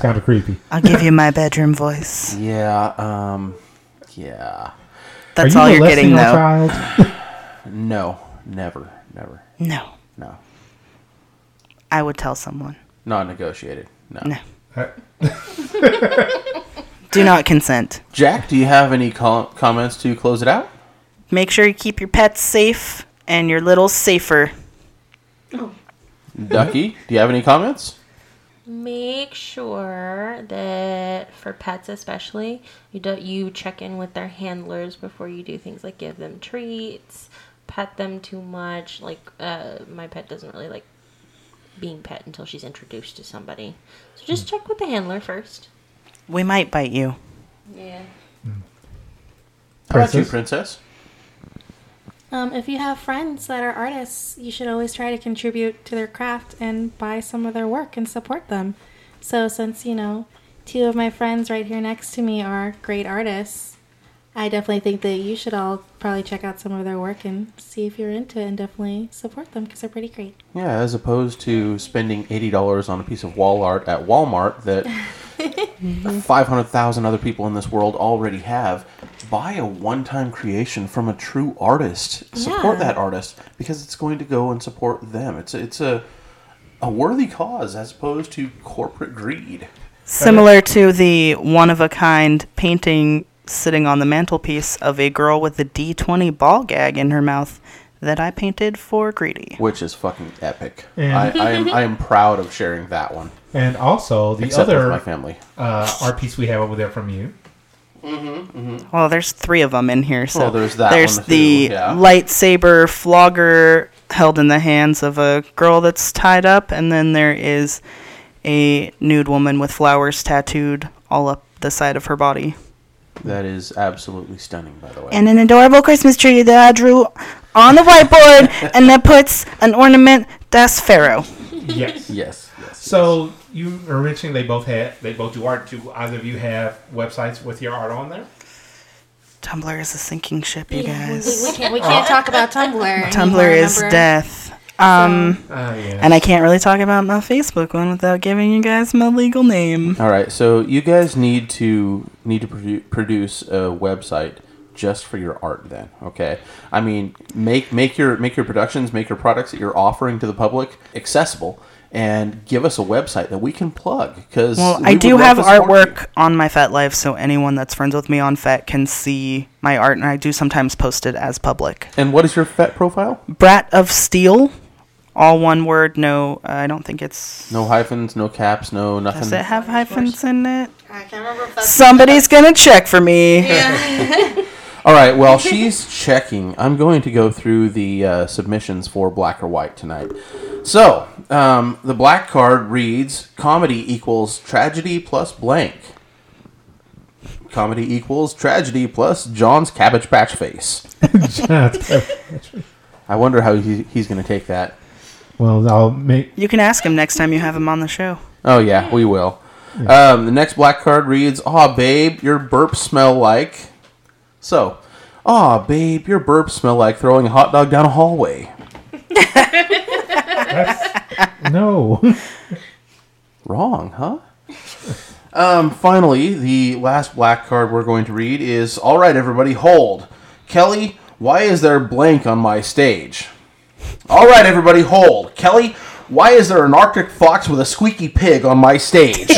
kind of creepy. I'll give you my bedroom voice. Yeah. Um. Yeah. That's all you're getting, though. no, never, never. No. No. I would tell someone. Not negotiated. No. No. Uh, Do not consent. Jack, do you have any com- comments to close it out? Make sure you keep your pets safe and your little safer. Ducky, do you have any comments? Make sure that for pets especially, you do, you check in with their handlers before you do things like give them treats, pet them too much. Like uh, my pet doesn't really like being pet until she's introduced to somebody. So just check with the handler first. We might bite you. Yeah. How about you, Princess? Princess? Um, if you have friends that are artists, you should always try to contribute to their craft and buy some of their work and support them. So, since you know, two of my friends right here next to me are great artists, I definitely think that you should all probably check out some of their work and see if you're into it and definitely support them because they're pretty great. Yeah, as opposed to spending eighty dollars on a piece of wall art at Walmart that five hundred thousand other people in this world already have, buy a one-time creation from a true artist. Support Yeah. that artist because it's going to go and support them. It's a, it's a a worthy cause as opposed to corporate greed. Similar to the one of a kind painting sitting on the mantelpiece of a girl with a D20 ball gag in her mouth that I painted for Greedy. which is fucking epic. Yeah. I, I am I am proud of sharing that one. And also the Except with other my family. uh, art piece we have over there from you. Mm-hmm. mm-hmm. Well, there's three of them in here. So Well, there's that There's one, too, the yeah. lightsaber flogger held in the hands of a girl that's tied up, and then there is a nude woman with flowers tattooed all up the side of her body, That is absolutely stunning, by the way. and an adorable Christmas tree that I drew on the whiteboard, and that puts an ornament that's Pharaoh. Yes. yes. So you were mentioning they both had they both do art. Do either of you have websites with your art on there? Tumblr is a sinking ship, you Yeah, we- guys. we can't- we can't talk about Tumblr anymore, Tumblr is remember? death. Um, Ah, yes. and I can't really talk about my Facebook one without giving you guys my legal name. All right, so you guys need to need to produ- produce a website just for your art then, okay? I mean, make make your make your productions, make your products that you're offering to the public accessible and give us a website that we can plug cuz Well, I do have artwork on my Fet Life, so anyone that's friends with me on Fet can see my art, and I do sometimes post it as public. And what is your FET profile? Brat of Steel, all one word. No, I don't think it's. No hyphens, no caps, no nothing. Does it have hyphens in it? I can't remember if Somebody's gonna check for me. All right. Well, she's checking. I'm going to go through the uh, submissions for black or white tonight. So um, the black card reads: comedy equals tragedy plus blank. Comedy equals tragedy plus John's cabbage patch face. I wonder how he, he's going to take that. well, I'll make. You can ask him next time you have him on the show. Oh yeah, we will. Um, the next black card reads: "Aw, babe, your burps smell like." So, aw, babe, your burps smell like throwing a hot dog down a hallway. No. Wrong, huh? um, finally, the last black card we're going to read is: "All right, everybody, hold. Kelly, why is there blank on my stage?" All right, everybody, hold. Kelly, why is there an Arctic fox with a squeaky pig on my stage?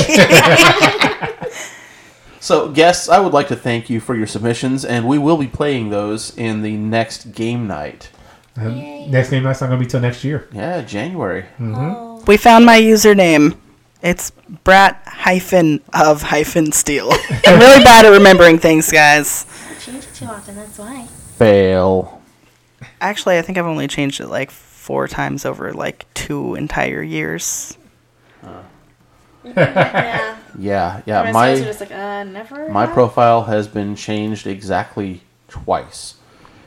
So, guests, I would like to thank you for your submissions, and we will be playing those in the next game night. Um, next game night's not gonna be till next year. Yeah, January. We found my username. It's brat hyphen of hyphen steel. I'm really bad at remembering things, guys. I changed it too often, that's why. Fail. Actually, I think I've only changed it like four times over like two entire years. yeah. Yeah, yeah. And My spouse was just like, uh, never. my have? profile has been changed exactly twice,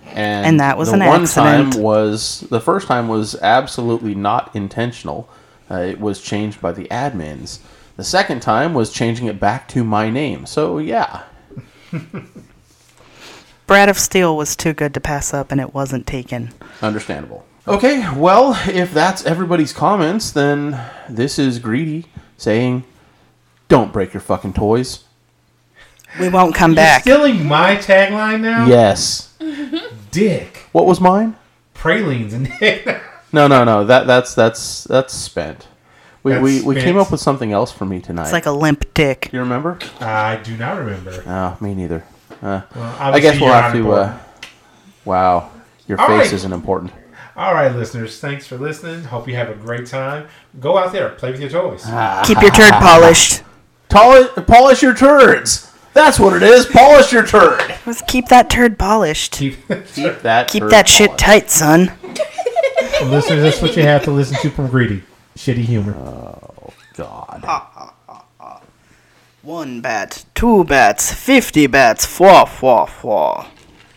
and And that was the an one accident. time was the first time was absolutely not intentional. Uh, it was changed by the admins. The second time was changing it back to my name. So yeah, Brad of Steel was too good to pass up, and it wasn't taken. Understandable. Okay, well, if that's everybody's comments, then this is Greedy saying, don't break your fucking toys. We won't come You're Stealing my tagline now? Yes. Dick. What was mine? Pralines and No, no, no. That that's that's that's spent. We we, That's we spent. came up with something else for me tonight. It's like a limp dick. You remember? I do not remember. No, me neither. Uh, Well, I guess obviously we'll you're have to. Uh, unimportant. wow, your All face right. isn't important. All right, listeners, thanks for listening. Hope you have a great time. Go out there, play with your toys. Keep your turd polished. Polish, polish your turds. That's what it is. Polish your turd. Let's keep that turd polished. Keep Keep that. Keep turd that shit polished. tight, son. listeners, that's what you have to listen to from Greedy. Shitty humor. God. One bat, two bats, fifty bats, four, four, four.